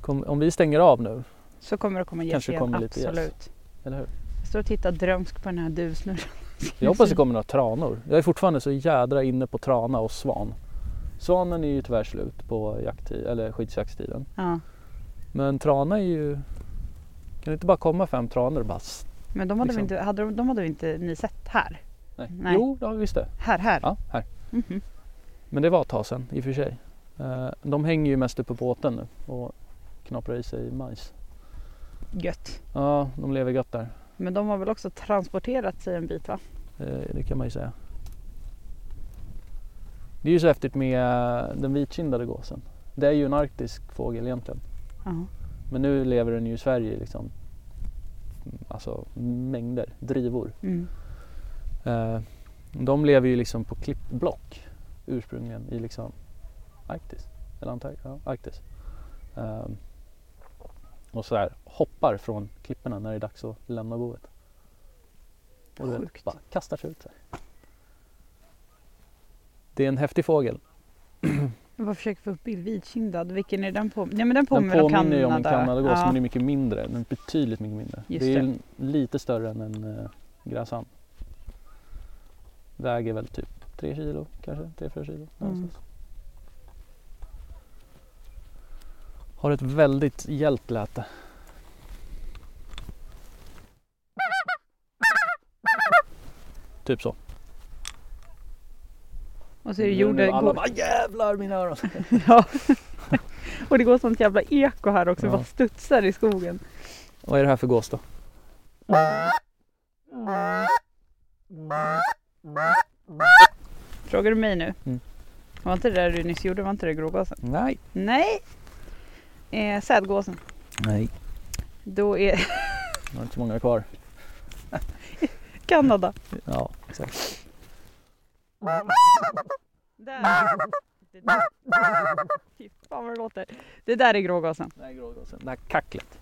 Speaker 3: Kom, om vi stänger av nu,
Speaker 5: Så kommer det komma gäss
Speaker 3: Kanske
Speaker 5: igen.
Speaker 3: kommer lite gäss.
Speaker 5: Absolut.
Speaker 3: eller hur?
Speaker 5: Jag står och tittar drömsk på den här duvsnurran.
Speaker 3: Jag hoppas det kommer några tranor. Jag är fortfarande så jädra inne på trana och svan. Svanen är ju tyvärr slut på jakttid, eller skyddsjakttiden.
Speaker 5: Ja.
Speaker 3: Men trana är ju... Kan det inte bara komma fem tranor och bara... s-
Speaker 5: Men de hade,
Speaker 3: Liksom.
Speaker 5: vi inte, hade, de, de hade vi inte ni sett här?
Speaker 3: Nej.
Speaker 5: Nej.
Speaker 3: Jo, det har vi visst det.
Speaker 5: Här, här.
Speaker 3: Ja, här.
Speaker 5: Mhm.
Speaker 3: Men det var ett tag sedan i och för sig. Eh, De hänger ju mest uppe på båten nu och knaprar i sig majs.
Speaker 5: Gött.
Speaker 3: Ja, de lever gött där.
Speaker 5: Men de har väl också transporterat sig en bit va?
Speaker 3: Eh, Det kan man ju säga. Det är ju så häftigt med eh, den vitkindade gåsen. Det är ju en arktisk fågel egentligen.
Speaker 5: Ja.
Speaker 3: Men nu lever den ju i Sverige i liksom. Alltså mängder, drivor.
Speaker 5: Mm.
Speaker 3: Eh, De lever ju liksom på klippblock ursprungligen i liksom Arktis. Eller Antark- ja, Arktis. Eh, Och så här hoppar från klipporna när det är dags att lämna boet. Och du
Speaker 5: Sjukt.
Speaker 3: vet, bara kastar sig ut. Så här. Det är en häftig fågel.
Speaker 5: Jag bara försöker få upp bild. Vitkindad. Vilken är den på? Nej men den
Speaker 3: Den
Speaker 5: påminner,
Speaker 3: påminner ju om en kanadagås
Speaker 5: Ja.
Speaker 3: men den är mycket mindre. Den är betydligt mycket mindre.
Speaker 5: Just
Speaker 3: det är
Speaker 5: det.
Speaker 3: l- lite större än en eh, gräsand. Väger väl typ 3 kilo kanske, 3-4 kilo. någonstans. Har ett väldigt gällt läte. Typ så.
Speaker 5: Och så är det
Speaker 3: Nu-
Speaker 5: jorden.
Speaker 3: nu Alla
Speaker 5: går-
Speaker 3: bara jävlar mina öron.
Speaker 5: Ja. och det går sånt jävla eko här också.
Speaker 3: Ja.
Speaker 5: Bara studsar i skogen.
Speaker 3: Vad är det här för gås då?
Speaker 5: Frågar du mig nu?
Speaker 3: Mm.
Speaker 5: Var inte det där du nyss gjorde? Var inte det grågåsen?
Speaker 3: Nej.
Speaker 5: Nej. Eh, sädgåsen.
Speaker 3: Nej.
Speaker 5: Då är
Speaker 3: Jag har inte så många kvar.
Speaker 5: Kanada.
Speaker 3: Ja, exakt.
Speaker 5: Där. Det där. Fy fan vad det låter. Det där är grågåsen.
Speaker 3: Den här grågåsen, det här kacklet.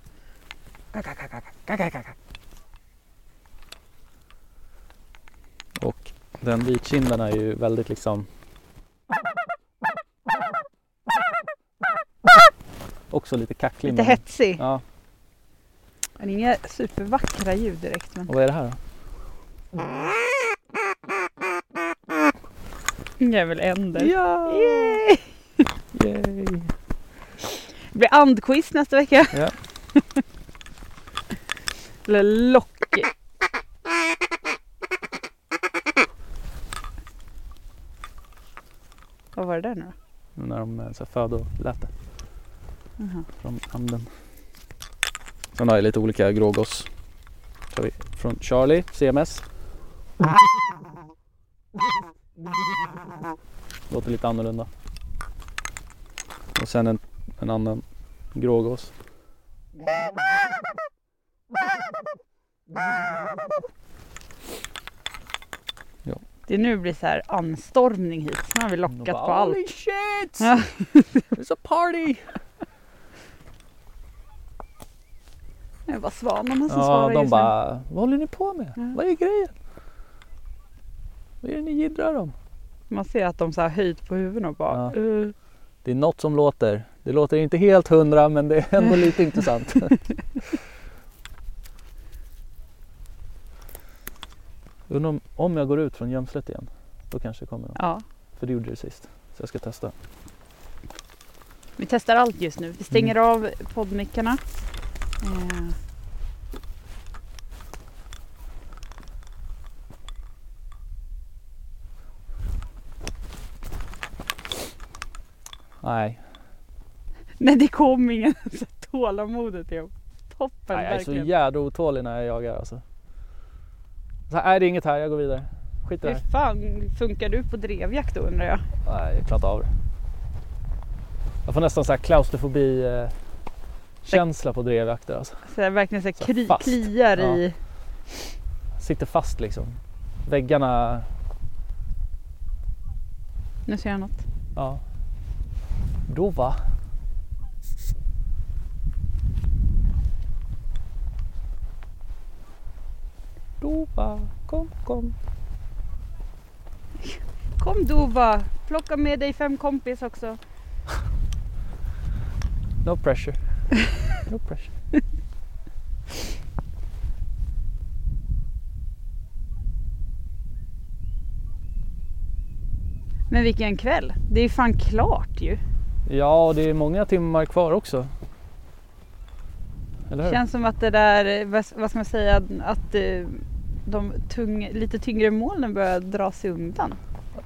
Speaker 3: Och den vitkinden är ju väldigt liksom Också lite kacklig.
Speaker 5: Lite
Speaker 3: men-
Speaker 5: hetsig.
Speaker 3: Ja,
Speaker 5: Men inga supervackra ljud direkt. Men
Speaker 3: och vad är det här då?
Speaker 5: det är väl änder.
Speaker 3: Ja!
Speaker 5: Yay!
Speaker 3: Yay!
Speaker 5: Det blir andquiz nästa vecka.
Speaker 3: Ja.
Speaker 5: Eller lock. Vad var det där nu då?
Speaker 3: Nu När de eh, så här födoläte
Speaker 5: Jaha.
Speaker 3: från anden. Sen har jag lite olika grågås. Tar vi från Charlie, CMS. Låter lite annorlunda. Och sen en, en annan grågås.
Speaker 5: Det nu blir så här anstormning hit. Nu har vi lockat
Speaker 3: Och
Speaker 5: på
Speaker 3: bara,
Speaker 5: allt.
Speaker 3: Holy shit!
Speaker 5: Ja.
Speaker 3: It's a party!
Speaker 5: Det var svanarna som
Speaker 3: Ja,
Speaker 5: svarade
Speaker 3: de
Speaker 5: just nu.
Speaker 3: bara, vad håller ni på med?
Speaker 5: Ja.
Speaker 3: Vad är grejen? Vad är det ni jiddrar om?
Speaker 5: Man ser att de så här höjt på huvudet och bara...
Speaker 3: Ja.
Speaker 5: "Eh."
Speaker 3: Det är något som låter. Det låter inte helt hundra men det är ändå lite intressant. Undrar om, om jag går ut från gömslet igen. Då kanske det kommer någon.
Speaker 5: ja.
Speaker 3: För det gjorde det sist. Så jag ska testa.
Speaker 5: Vi testar allt just nu. Vi stänger
Speaker 3: Mm.
Speaker 5: av poddmickarna. Eh.
Speaker 3: Nej,
Speaker 5: Nej, det kom ingen. Så Tålamodet är toppen
Speaker 3: Nej jag är så
Speaker 5: verkligen.
Speaker 3: jädra otålig när jag jagar alltså. Så här, nej det är inget här, jag går vidare. Skit i det
Speaker 5: Hur
Speaker 3: här.
Speaker 5: fan funkar du på drevjakt då undrar jag?
Speaker 3: Nej, jag klarar inte av det. Jag får nästan så här klaustrofobi eh, känsla på drevjakter alltså.
Speaker 5: Så jag verkligen så här
Speaker 3: Så
Speaker 5: kry,
Speaker 3: fast.
Speaker 5: kliar
Speaker 3: Ja.
Speaker 5: i...
Speaker 3: Sitter fast liksom. Väggarna,
Speaker 5: Nu ser jag något.
Speaker 3: ja. Då va? Då va? Kom, kom.
Speaker 5: Kom Dova! Plocka med dig fem kompis också.
Speaker 3: No pressure. No pressure.
Speaker 5: Men vilken kväll! Det är ju fan klart ju.
Speaker 3: Ja, och det är många timmar kvar också. Eller hur?
Speaker 5: Känns som att det där, eh, vad, vad ska man säga, att eh, de tung, lite tyngre molnen börjar dra sig undan.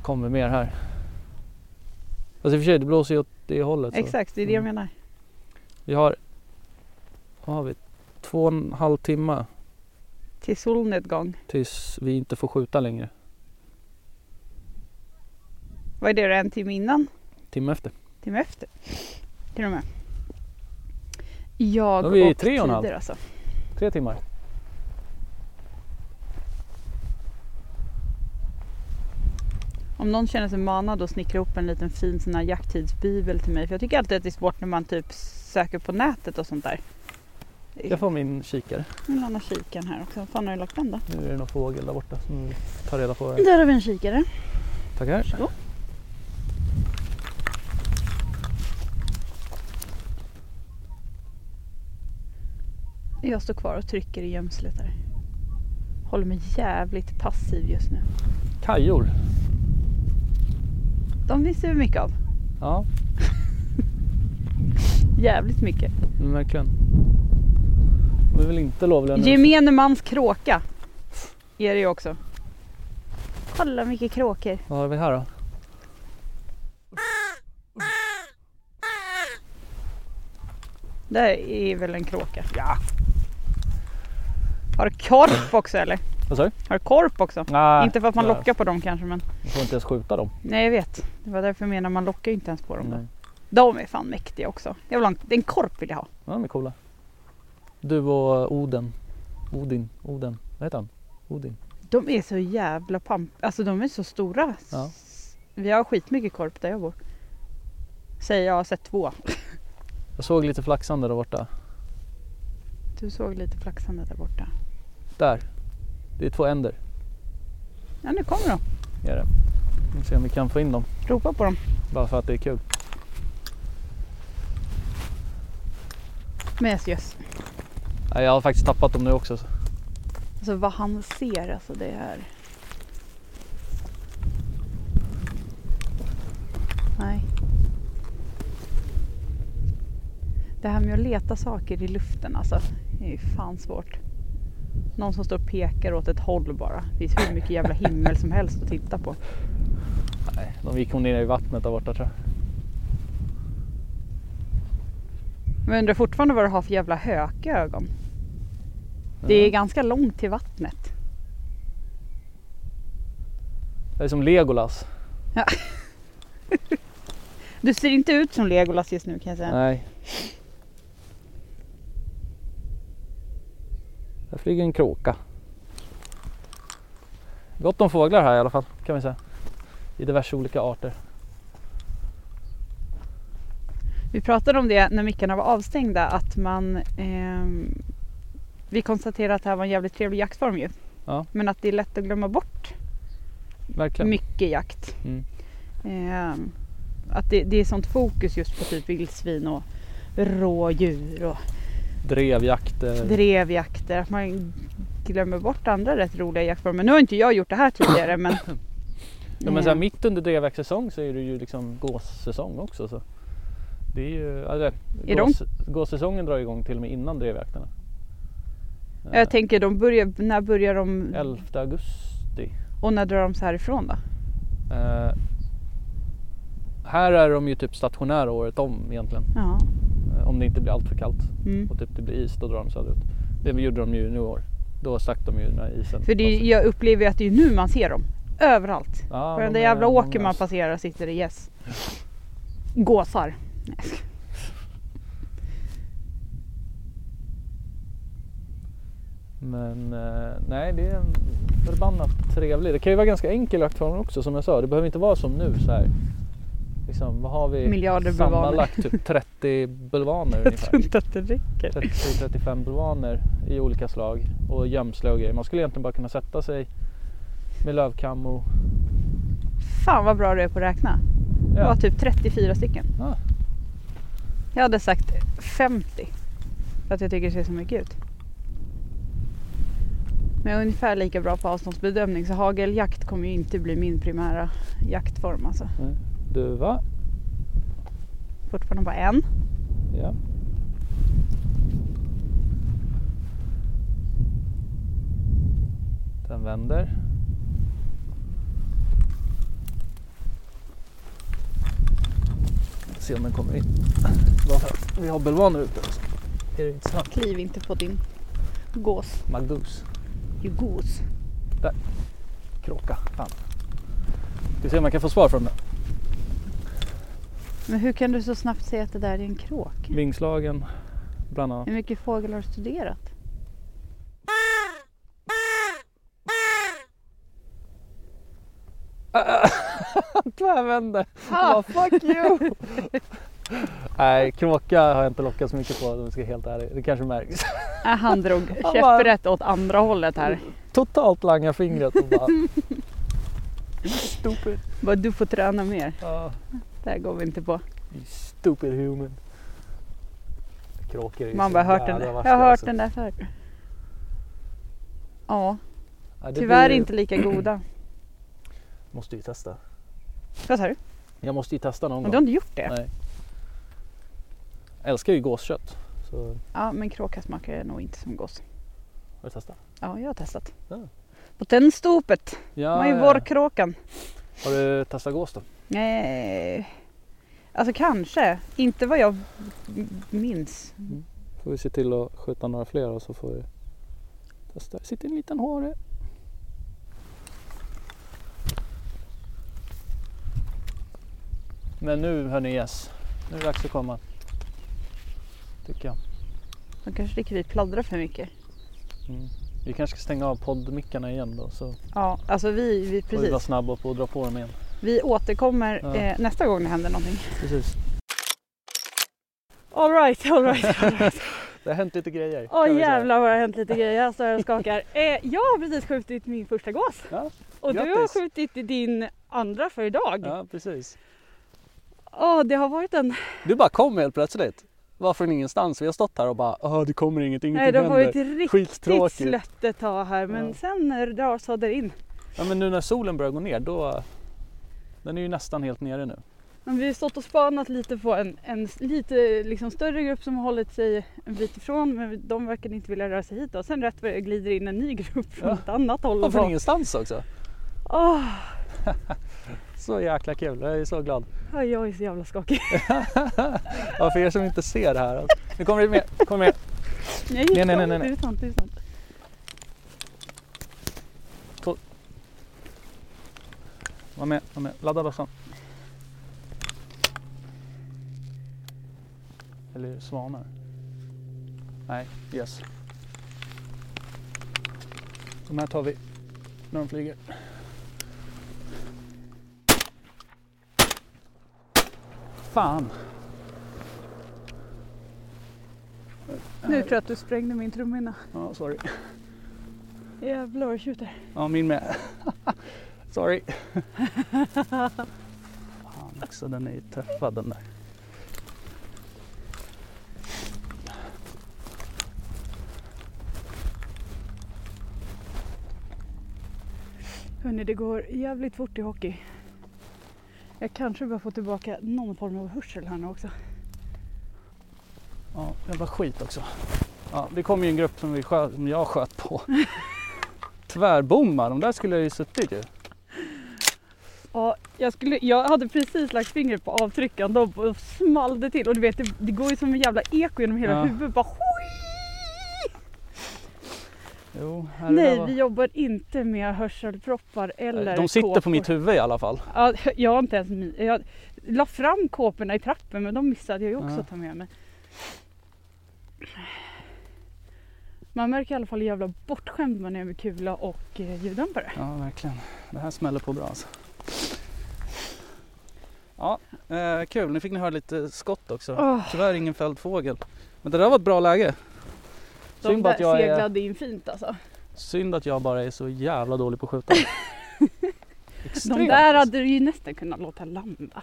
Speaker 3: kommer mer här. Fast i och för sig, det blåser ju åt det hållet. så.
Speaker 5: Exakt, det är det
Speaker 3: Mm.
Speaker 5: jag menar.
Speaker 3: Vi har, vad har vi, två och en halv timme
Speaker 5: Till solnedgång.
Speaker 3: tills vi inte får skjuta längre.
Speaker 5: Vad är det då, en timme innan?
Speaker 3: Timme efter.
Speaker 5: Timme efter? Till och med. Jag
Speaker 3: Då är vi
Speaker 5: och
Speaker 3: tre och en halv.
Speaker 5: tider alltså.
Speaker 3: Tre timmar.
Speaker 5: Om någon känner sig manad att snickra ihop en liten fin sån här jakttidsbibel till mig. För jag tycker alltid att det är svårt när man typ söker på nätet och sånt där.
Speaker 3: Jag får min kikare.
Speaker 5: Nu landar kikaren här också. Var fan har du lagt den då?
Speaker 3: Nu är det någon fågel där borta som tar reda på vad det är.
Speaker 5: Där har vi en kikare.
Speaker 3: Tackar.
Speaker 5: Varsågod. Jag står kvar och trycker i gömslet där. Håller mig jävligt passiv just nu.
Speaker 3: Kajor.
Speaker 5: De finns det mycket av.
Speaker 3: Ja,
Speaker 5: Jävligt mycket.
Speaker 3: men verkligen. De är väl inte lovliga nu.
Speaker 5: Gemene mans kråka är det ju också. Kolla mycket kråkor.
Speaker 3: Vad har vi här då?
Speaker 5: Där är väl en kråka. Ja. Har du korp också eller?
Speaker 3: Vad sa du?
Speaker 5: Har du korp också?
Speaker 3: Nej,
Speaker 5: inte för att man
Speaker 3: det-
Speaker 5: lockar på dem kanske men.
Speaker 3: Man får inte ens skjuta dem.
Speaker 5: Nej jag vet. Det var därför jag menar man lockar ju inte ens på dem.
Speaker 3: Nej.
Speaker 5: De är fan mäktiga också. Jag vill ha en, en korp vill jag ha.
Speaker 3: Ja, de är coola. Du och Oden. Odin. Oden. Vad heter han? Odin.
Speaker 5: De är så jävla pamp... Alltså de är så stora.
Speaker 3: Ja.
Speaker 5: S- Vi har skitmycket korp där jag bor. Säger jag, har sett två.
Speaker 3: Jag såg lite flaxande där borta.
Speaker 5: Du såg lite flaxande där borta.
Speaker 3: Där. Det är två änder.
Speaker 5: Ja nu kommer de.
Speaker 3: Är det. Vi får se om vi kan få in dem.
Speaker 5: Ropa på dem.
Speaker 3: Bara för att det är kul.
Speaker 5: Men yes, yes.
Speaker 3: Nej, Jag har faktiskt tappat dem nu också. så.
Speaker 5: Alltså vad han ser alltså det är. Nej. Det här med att leta saker i luften alltså. Det är ju fan svårt. Någon som står och pekar åt ett håll bara. Det finns hur mycket jävla himmel som helst att titta på.
Speaker 3: Nej, de gick nog ner i vattnet där borta tror jag.
Speaker 5: Men jag undrar fortfarande vad du har för jävla hökögon. Det är ganska långt till vattnet.
Speaker 3: Det är som Legolas.
Speaker 5: Du ser inte ut som Legolas just nu kan jag säga.
Speaker 3: Nej. Där flyger en kråka. Gott om fåglar här i alla fall kan vi säga. I diverse olika arter.
Speaker 5: Vi pratade om det när mickarna var avstängda att man ehm, Vi konstaterade att det här var en jävligt trevlig jaktform ju.
Speaker 3: Ja.
Speaker 5: Men att det är lätt att glömma bort
Speaker 3: Verkligen.
Speaker 5: mycket jakt.
Speaker 3: Mm.
Speaker 5: Ehm, att det, det är sånt fokus just på typ vildsvin och rådjur och
Speaker 3: Drevjakter.
Speaker 5: drevjakter. Att man glömmer bort andra rätt roliga jaktformer. Nu har inte jag gjort det här tidigare men
Speaker 3: Ja, men så här,
Speaker 5: Ehm,
Speaker 3: mitt under drevjaktssäsong så är det ju liksom gåssäsong också. Så. Det är ju, alltså,
Speaker 5: Är de-
Speaker 3: gås, gåssäsongen drar igång till och med innan drevjakterna. Eh,
Speaker 5: jag tänker de börjar, när börjar de
Speaker 3: 11 augusti.
Speaker 5: och när drar de sig härifrån då?
Speaker 3: Eh, här är de ju typ stationära året om egentligen.
Speaker 5: Ja.
Speaker 3: Eh, om det inte blir allt för kallt
Speaker 5: Mm.
Speaker 3: och typ det blir is då drar de söderut. Det gjorde de ju nu i år. Då stack de ju när isen...
Speaker 5: För det är, jag upplever ju att det är nu man ser dem. Överallt.
Speaker 3: Alltså- Ja,
Speaker 5: Varenda
Speaker 3: de är-
Speaker 5: jävla
Speaker 3: de
Speaker 5: åker
Speaker 3: är-
Speaker 5: man passerar sitter det gäss. Gåsar. Nej, jag skojar.
Speaker 3: Men eh, nej, det är en förbannat trevlig. Det kan ju vara ganska enkel jaktform också som jag sa. Det behöver inte vara som nu så här. Liksom, vad har vi?
Speaker 5: Miljarder bulvaner.
Speaker 3: Sammanlagt typ 30 bulvaner
Speaker 5: Jag tror
Speaker 3: ungefär.
Speaker 5: inte att det räcker.
Speaker 3: 30-35 bulvaner i olika slag och gömsle och grejer. Man skulle egentligen bara kunna sätta sig med lövkam och
Speaker 5: Fan vad bra du är på att räkna. Det var
Speaker 3: ja,
Speaker 5: typ 34 stycken.
Speaker 3: Ja.
Speaker 5: Jag hade sagt 50. För att jag tycker det ser så mycket ut. Men jag är ungefär lika bra på avståndsbedömning så hageljakt kommer ju inte bli min primära jaktform alltså.
Speaker 3: duva.
Speaker 5: Fortfarande bara en.
Speaker 3: Ja. Den vänder. Se om den kommer in. Bara för att vi har bulvaner ute så är det inte snack.
Speaker 5: Kliv inte på din gås.
Speaker 3: Magus.
Speaker 5: Du gås.
Speaker 3: Kråka. Fan. Ska se om jag kan få svar från den.
Speaker 5: Men hur kan du så snabbt säga att det där är en kråk?
Speaker 3: Vingslagen bland annat.
Speaker 5: Hur mycket fågel har du studerat?
Speaker 3: Tvärvände.
Speaker 5: Ah, fuck you!
Speaker 3: Nej, kråka har jag inte lockat så mycket på om jag ska vara helt ärlig. Det kanske märks.
Speaker 5: Han drog
Speaker 3: bara-
Speaker 5: käpprätt åt andra hållet här.
Speaker 3: Totalt langar fingret och bara... Stupid.
Speaker 5: Bara, du får träna mer.
Speaker 3: Ja.
Speaker 5: Det här går vi inte på.
Speaker 3: You stupid human. Kråkor är ju
Speaker 5: Man
Speaker 3: så
Speaker 5: bara hört den
Speaker 3: jävla
Speaker 5: där.
Speaker 3: värsta,
Speaker 5: Jag har hört
Speaker 3: alltså.
Speaker 5: den där förr. Ja,
Speaker 3: Ja, det
Speaker 5: tyvärr
Speaker 3: blir-
Speaker 5: inte lika goda.
Speaker 3: Måste ju testa.
Speaker 5: Vad sa du?
Speaker 3: Jag måste ju testa någon
Speaker 5: Men
Speaker 3: gång.
Speaker 5: Du har inte gjort det?
Speaker 3: Nej. Jag älskar ju gåskött. Så har
Speaker 5: Ja, men kråka smakar nog inte som gås.
Speaker 3: du testat?
Speaker 5: Ja, jag har testat.
Speaker 3: Ja.
Speaker 5: På tennstopet,
Speaker 3: Ja,
Speaker 5: man är ju
Speaker 3: ja.
Speaker 5: vårkråkan.
Speaker 3: Har du testat gås då?
Speaker 5: Nej. Alltså kanske, inte vad jag minns.
Speaker 3: Får vi se till att skjuta några fler och så får vi testa. Sitter en liten hare. Men nu hörni gäss, nu är det dags att komma. Tycker jag.
Speaker 5: Då kanske tycker vi pladdrar för mycket.
Speaker 3: Vi kanske ska stänga av poddmickarna igen då så
Speaker 5: Ja, alltså vi, vi
Speaker 3: får vi vara
Speaker 5: precis.
Speaker 3: snabba på att dra på dem igen.
Speaker 5: Vi återkommer
Speaker 3: Ja.
Speaker 5: eh, nästa gång det händer någonting.
Speaker 3: Precis.
Speaker 5: Alright, alright.
Speaker 3: Det har hänt lite grejer. kan
Speaker 5: Åh
Speaker 3: vi säga.
Speaker 5: jävlar vad det har hänt lite grejer. Jag står här och skakar. Eh, jag har precis skjutit min första gås.
Speaker 3: Ja,
Speaker 5: och du har
Speaker 3: grattis.
Speaker 5: skjutit din andra för idag.
Speaker 3: Ja precis.
Speaker 5: Åh, det har varit en...
Speaker 3: Du bara kom helt plötsligt. Var från ingenstans. Vi har stått här och bara "Åh, det kommer inget, ingenting
Speaker 5: Nej, det har
Speaker 3: händer.
Speaker 5: varit riktigt
Speaker 3: Skittråkigt.
Speaker 5: slött ett tag här men
Speaker 3: Ja.
Speaker 5: sen rasade det in.
Speaker 3: Ja men nu när solen börjar gå ner då Den är ju nästan helt nere nu.
Speaker 5: Men vi har stått och spanat lite på en, en s- lite liksom större grupp som har hållit sig en bit ifrån men de verkade inte vilja röra sig hit och sen rätt vad det är glider in en ny grupp från
Speaker 3: Ja.
Speaker 5: ett annat håll.
Speaker 3: Och
Speaker 5: Och
Speaker 3: från
Speaker 5: bara,
Speaker 3: ingenstans också.
Speaker 5: åh,
Speaker 3: Så jäkla kul, jag är så glad.
Speaker 5: ja, jag är så jävla skakig.
Speaker 3: Ja, för er som inte ser det här. alltså. Nu kommer det mer, kommer det mer.
Speaker 5: Nej,
Speaker 3: Nej, nej, nej, nej.
Speaker 5: Det är sant, det är sant.
Speaker 3: Var med, var med. Ladda bössan. Eller är det svanar? Nej, yes. De här tar vi när de flyger. Fan!
Speaker 5: Nu tror jag att du sprängde min trumhinna.
Speaker 3: Ja, sorry.
Speaker 5: Jävlar vad det tjuter.
Speaker 3: Ja, min med. Sorry. Fan också, den är ju träffad den där.
Speaker 5: Hörni, det går jävligt fort i hockey. Jag kanske bör få tillbaka någon form av hörsel här nu också.
Speaker 3: Ja, jävla skit också. Ja, det kom ju en grupp som, vi sköt, som jag sköt på. Tvärbommar, de där skulle jag ju suttit ju.
Speaker 5: Ja, jag, skulle, jag hade precis lagt fingret på avtryckan då och small det till och du vet det, det går ju som en jävla eko genom hela
Speaker 3: Ja.
Speaker 5: huvudet bara hoj!
Speaker 3: Jo, här det där
Speaker 5: Nej,
Speaker 3: var-
Speaker 5: vi jobbar inte med hörselproppar eller
Speaker 3: De sitter på
Speaker 5: kåpor.
Speaker 3: mitt huvud i alla fall.
Speaker 5: Ja, jag har inte ens min- Jag la fram kåporna i trappen men de missade jag ju också
Speaker 3: Ja.
Speaker 5: att ta med mig. Man märker i alla fall hur jävla bortskämd man är med kula och eh, ljuddämpare.
Speaker 3: Ja, verkligen. Det här smäller på bra alltså. Ja, eh, kul. Nu fick ni höra lite skott också.
Speaker 5: Åh.
Speaker 3: Tyvärr ingen fälld fågel. Men det där var ett bra läge.
Speaker 5: De
Speaker 3: Synd
Speaker 5: där
Speaker 3: att, jag är,
Speaker 5: seglade in fint alltså.
Speaker 3: synd att jag bara är så jävla dålig på att skjuta.
Speaker 5: De
Speaker 3: Extremt.
Speaker 5: där hade du ju nästan kunnat låta landa.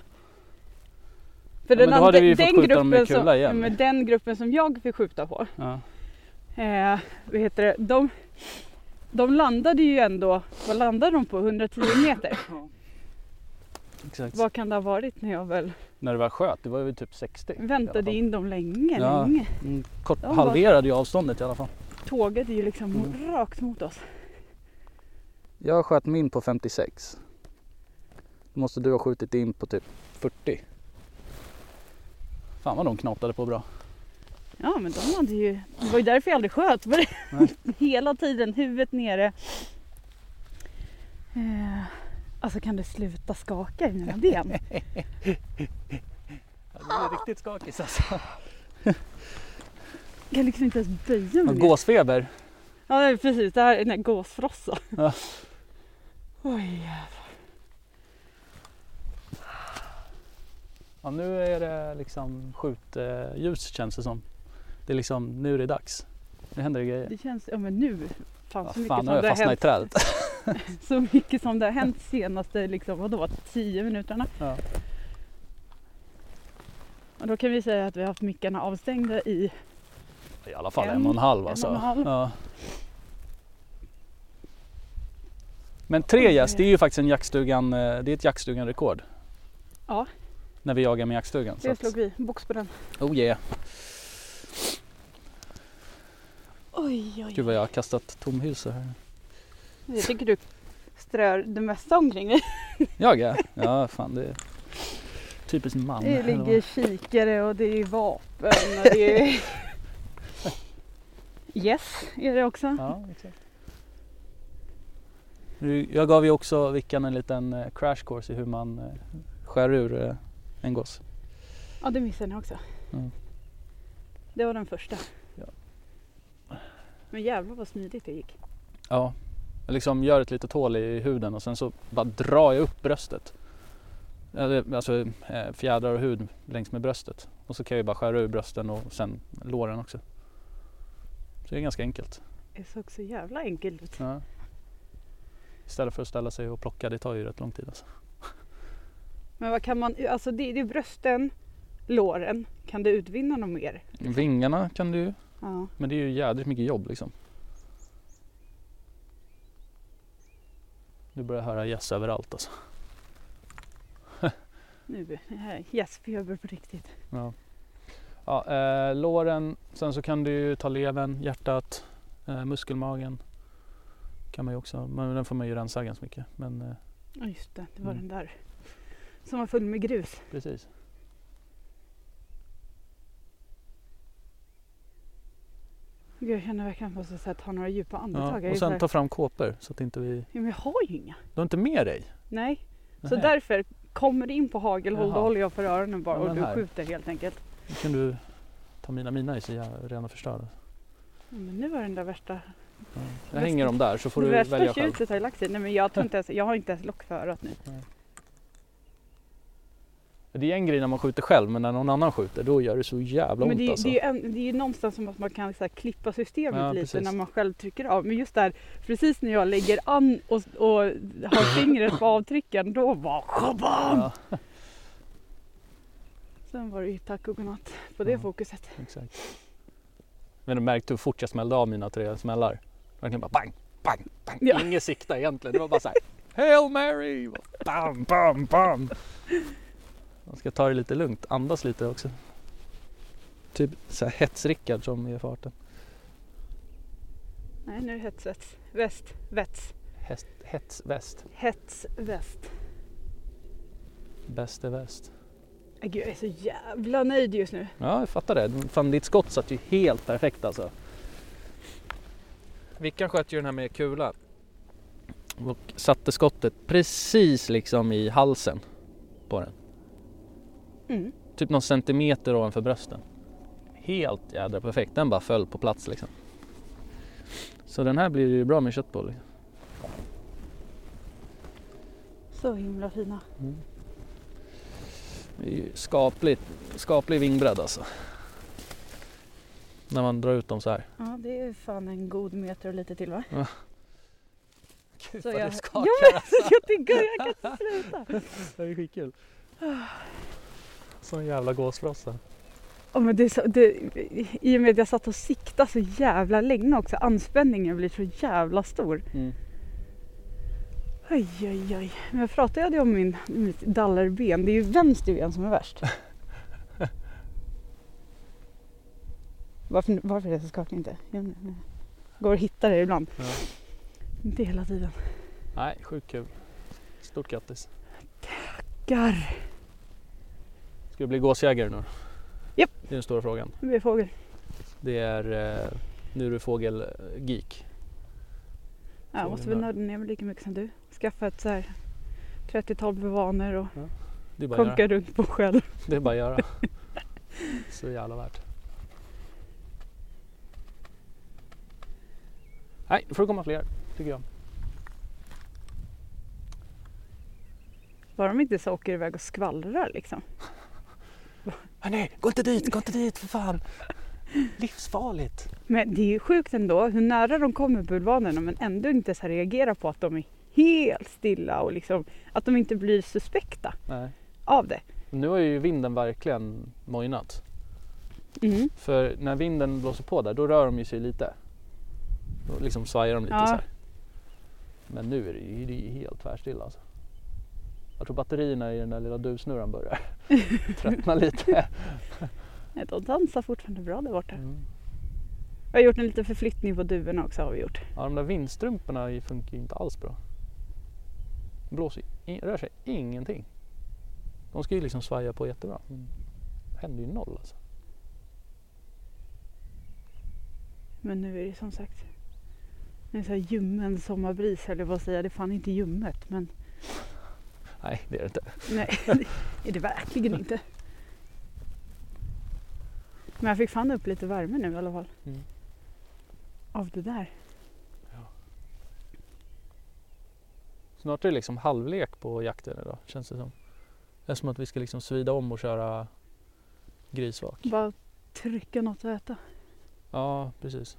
Speaker 5: För
Speaker 3: Ja, men då hade vi ju fått skjuta dem med
Speaker 5: gruppen som,
Speaker 3: kula igen.
Speaker 5: ja, men den gruppen som jag fick skjuta på,
Speaker 3: Ja.
Speaker 5: eh, vad heter det, de, de landade ju ändå, vad landade de på? 110 meter?
Speaker 3: Exakt.
Speaker 5: Vad kan det ha varit när jag väl
Speaker 3: När det var sköt, det var ju typ 60. i alla
Speaker 5: väntade
Speaker 3: fall.
Speaker 5: in dem länge,
Speaker 3: Ja.
Speaker 5: länge.
Speaker 3: Mm, Kort,
Speaker 5: De var-
Speaker 3: halverade ju avståndet i alla fall.
Speaker 5: Tåget är ju liksom
Speaker 3: Mm.
Speaker 5: rakt mot oss.
Speaker 3: Jag sköt min på 56. Då måste du ha skjutit in på typ 40. Fan vad de knatade på bra.
Speaker 5: Ja men de hade ju, det var ju därför jag aldrig sköt. För det-
Speaker 3: Nej.
Speaker 5: Hela tiden huvudet nere. Eh, alltså kan du sluta skaka i mina ben?
Speaker 3: Ja, det blir riktigt skakigt alltså.
Speaker 5: Jag kan liksom inte ens böja mig ner.
Speaker 3: Gåsfeber.
Speaker 5: Ja det är precis, det här är den här gåsfrossa.
Speaker 3: Ja.
Speaker 5: Oj jävlar.
Speaker 3: Ja, nu är det liksom skjutljus känns det som. Det är liksom, nu är det dags. Nu händer det grejer.
Speaker 5: Det känns, ja men nu. Fan,
Speaker 3: Ja,
Speaker 5: så, mycket
Speaker 3: fan, nu
Speaker 5: som
Speaker 3: har
Speaker 5: det
Speaker 3: jag
Speaker 5: har
Speaker 3: fastnat i
Speaker 5: hänt,
Speaker 3: trädet.
Speaker 5: så mycket som det har hänt senaste liksom, vadå, tio minuterna.
Speaker 3: Ja.
Speaker 5: Och då kan vi säga att vi har haft mickarna avstängda i
Speaker 3: I alla fall
Speaker 5: En,
Speaker 3: en och en halv
Speaker 5: och
Speaker 3: alltså.
Speaker 5: en halv.
Speaker 3: Ja. Men tre gäss, det är ju faktiskt en jaktstugan, eh, det är ett jaktstugan-rekord.
Speaker 5: Ja.
Speaker 3: När vi jagar med jaktstugan. så
Speaker 5: Det
Speaker 3: att-
Speaker 5: slog vi box på den.
Speaker 3: Oh yeah.
Speaker 5: Oj, oj,
Speaker 3: Gud vad jag har kastat tomhylsor här.
Speaker 5: Jag tycker du strör det mesta omkring dig.
Speaker 3: Jag ja. Ja fan det är typiskt man.
Speaker 5: Det
Speaker 3: eller vad?
Speaker 5: ligger kikare och det är vapen och det är... Yes, är det också.
Speaker 3: Ja, exakt. Nu- Jag gav ju också Vickan en liten eh, crash course i hur man eh, skär ur eh, en gås.
Speaker 5: Ja, det missade ni också.
Speaker 3: Mm.
Speaker 5: Det var den första.
Speaker 3: Ja.
Speaker 5: Men jävlar vad smidigt det gick.
Speaker 3: Ja, jag liksom gör ett litet hål i huden och sen så bara drar jag upp bröstet. Eller, Alltså eh, fjädrar och hud längs med bröstet. Och så kan jag ju bara skära ur brösten och sen låren också. Så det är ganska enkelt.
Speaker 5: Det såg så jävla enkelt ut.
Speaker 3: Ja. Istället för att ställa sig och plocka, det tar ju rätt lång tid alltså.
Speaker 5: Men vad kan man, alltså det, det är brösten, låren. Kan du utvinna något mer?
Speaker 3: Vingarna kan du ju,
Speaker 5: Ja.
Speaker 3: men det är ju jädrigt mycket jobb liksom. Du börjar höra gäss överallt alltså.
Speaker 5: Nu här, gäspfeber på riktigt.
Speaker 3: Ja. Ja, eh, låren, sen så kan du ju ta levern, hjärtat, eh, muskelmagen. Kan man ju också, men den får man ju rensa ganska mycket. Men eh,
Speaker 5: Ja just det, det var
Speaker 3: Mm.
Speaker 5: den där. Som var full med grus.
Speaker 3: precis.
Speaker 5: Mm, Gud, jag känner verkligen att jag måste så här, ta några djupa
Speaker 3: Ja,
Speaker 5: andetag. Ja,
Speaker 3: och sen ta fram kåpor så att inte vi...
Speaker 5: ja, men jag har ju inga.
Speaker 3: Du har inte med dig?
Speaker 5: Nej. Så
Speaker 3: Nej.
Speaker 5: därför, kommer det in på hagelhåll då
Speaker 3: Jaha.
Speaker 5: håller jag för öronen bara
Speaker 3: Ja,
Speaker 5: och
Speaker 3: men
Speaker 5: du
Speaker 3: här.
Speaker 5: skjuter helt enkelt.
Speaker 3: Då kan du ta mina. Mina är så jävla redan förstörda.
Speaker 5: Ja, men nu var den där värsta,
Speaker 3: Ja. Jag
Speaker 5: Resten-
Speaker 3: hänger dem där så får
Speaker 5: det
Speaker 3: du välja
Speaker 5: värsta
Speaker 3: själv.
Speaker 5: tjutet har ju lagt sig. Nej men jag tror inte ens, jag har inte ens lock för örat nu.
Speaker 3: Det är en grej när man skjuter själv men när någon annan skjuter då gör det så jävla
Speaker 5: Men
Speaker 3: ont
Speaker 5: det, är-
Speaker 3: alltså.
Speaker 5: det, är ju en, det är ju någonstans som att man kan så här, klippa systemet
Speaker 3: Ja,
Speaker 5: lite
Speaker 3: precis.
Speaker 5: när man själv trycker av. Men just där, precis när jag lägger an och, och har fingret på avtrycken då bara shabam!
Speaker 3: Ja,
Speaker 5: Sen var det ju tack och godnatt på det
Speaker 3: Ja.
Speaker 5: fokuset.
Speaker 3: exakt. Men du märkte hur fort jag smällde av mina tre smällar. Verkligen bara bang, bang, bang.
Speaker 5: Ja.
Speaker 3: Inget sikta egentligen. Det var bara så här. Hail Mary! Bam, bam, bam. Man ska ta det lite lugnt. Andas lite också. Typ så här hets-Rickard som är i farten.
Speaker 5: Nej nu är det hets, hets, väst, vets,
Speaker 3: Hets, hets väst.
Speaker 5: hets, väst.
Speaker 3: Bäst är väst.
Speaker 5: Äh, Gud, jag är så jävla nöjd just nu.
Speaker 3: Ja, jag fattar det. Fan, ditt skott satt ju helt perfekt alltså.
Speaker 6: Vickan sköt ju den här med kula. Och satte skottet precis liksom i halsen på den.
Speaker 5: Mm.
Speaker 6: Typ någon centimeter ovanför brösten. Helt jädra perfekt. Den bara föll på plats liksom. Så den här blir ju bra med liksom. köttbullar.
Speaker 5: Så himla fina.
Speaker 6: Det är ju skapligt, skaplig vingbredd alltså. När man drar ut dem så här.
Speaker 5: Ja, det är ju fan en god meter och lite till va?
Speaker 6: Gud
Speaker 5: Så
Speaker 6: vad
Speaker 5: jag-
Speaker 6: det skakar.
Speaker 5: Ja, men alltså, jag tycker jag kan inte sluta.
Speaker 3: Det är skitkul. Sån jävla gåsfrossa.
Speaker 5: Ja, men det är så, det, I och med att jag satt och siktade så jävla länge också. Anspänningen blir så jävla stor.
Speaker 6: Mm.
Speaker 5: Oj, oj, oj. Men jag pratade ju om min, mitt dallerben. Det är ju vänster ben som är värst. Varför, varför är det så skakigt inte? Jag går och hittar det ibland.
Speaker 3: Ja.
Speaker 5: Inte hela tiden.
Speaker 3: Nej, sjukt kul. Stort grattis.
Speaker 5: Garr.
Speaker 3: Ska du bli gåsjägare nu?
Speaker 5: Japp.
Speaker 3: Det är den stora frågan.
Speaker 5: Nu blir det fågel.
Speaker 3: Det är, eh, nu är du fågelgeek.
Speaker 5: Ja, jag måste väl nörda ner mig lika mycket som du. Skaffa ett så här 30-tal bulvaner och
Speaker 3: Det är bara att göra.
Speaker 5: konka runt på själv.
Speaker 3: Det är bara att göra. Så jävla värt. Nej, det får det komma fler tycker jag.
Speaker 5: Bara de inte så åker iväg och skvallrar liksom.
Speaker 3: Hörni, Ah, gå inte dit, gå inte dit för fan. Livsfarligt.
Speaker 5: Men det är ju sjukt ändå hur nära de kommer bulvanerna men ändå inte så här reagerar på att de är helt stilla och liksom att de inte blir suspekta
Speaker 3: Nej.
Speaker 5: av det.
Speaker 3: Nu har ju vinden verkligen mojnat.
Speaker 5: Mm.
Speaker 3: För när vinden blåser på där, då rör de ju sig lite. Då liksom svajar de lite
Speaker 5: Ja.
Speaker 3: så här. Men nu är det ju, det är ju helt tvärstilla alltså. Jag tror batterierna i den där lilla duvsnurran börjar tröttna lite.
Speaker 5: Nej, De dansar fortfarande bra där borta.
Speaker 3: Mm.
Speaker 5: Vi har gjort en liten förflyttning på duvorna också har vi gjort.
Speaker 3: Ja, de där vindstrumporna i- funkar ju inte alls bra. De blåser, ju in- rör sig ingenting. De ska ju liksom svaja på jättebra. men Det händer ju noll alltså.
Speaker 5: Men nu är det som sagt en så här ljummen sommarbris höll jag på att säga. Det är fan inte ljummet men
Speaker 3: Nej, det är det inte.
Speaker 5: nej det är det verkligen inte. Men jag fick fan upp lite värme nu i alla fall.
Speaker 3: Mm.
Speaker 5: Av det där.
Speaker 3: Snart är det liksom halvlek på jakten idag känns det som. Det är som att vi ska liksom svida om och köra grisvak.
Speaker 5: Bara trycka något att äta.
Speaker 3: Ja, precis.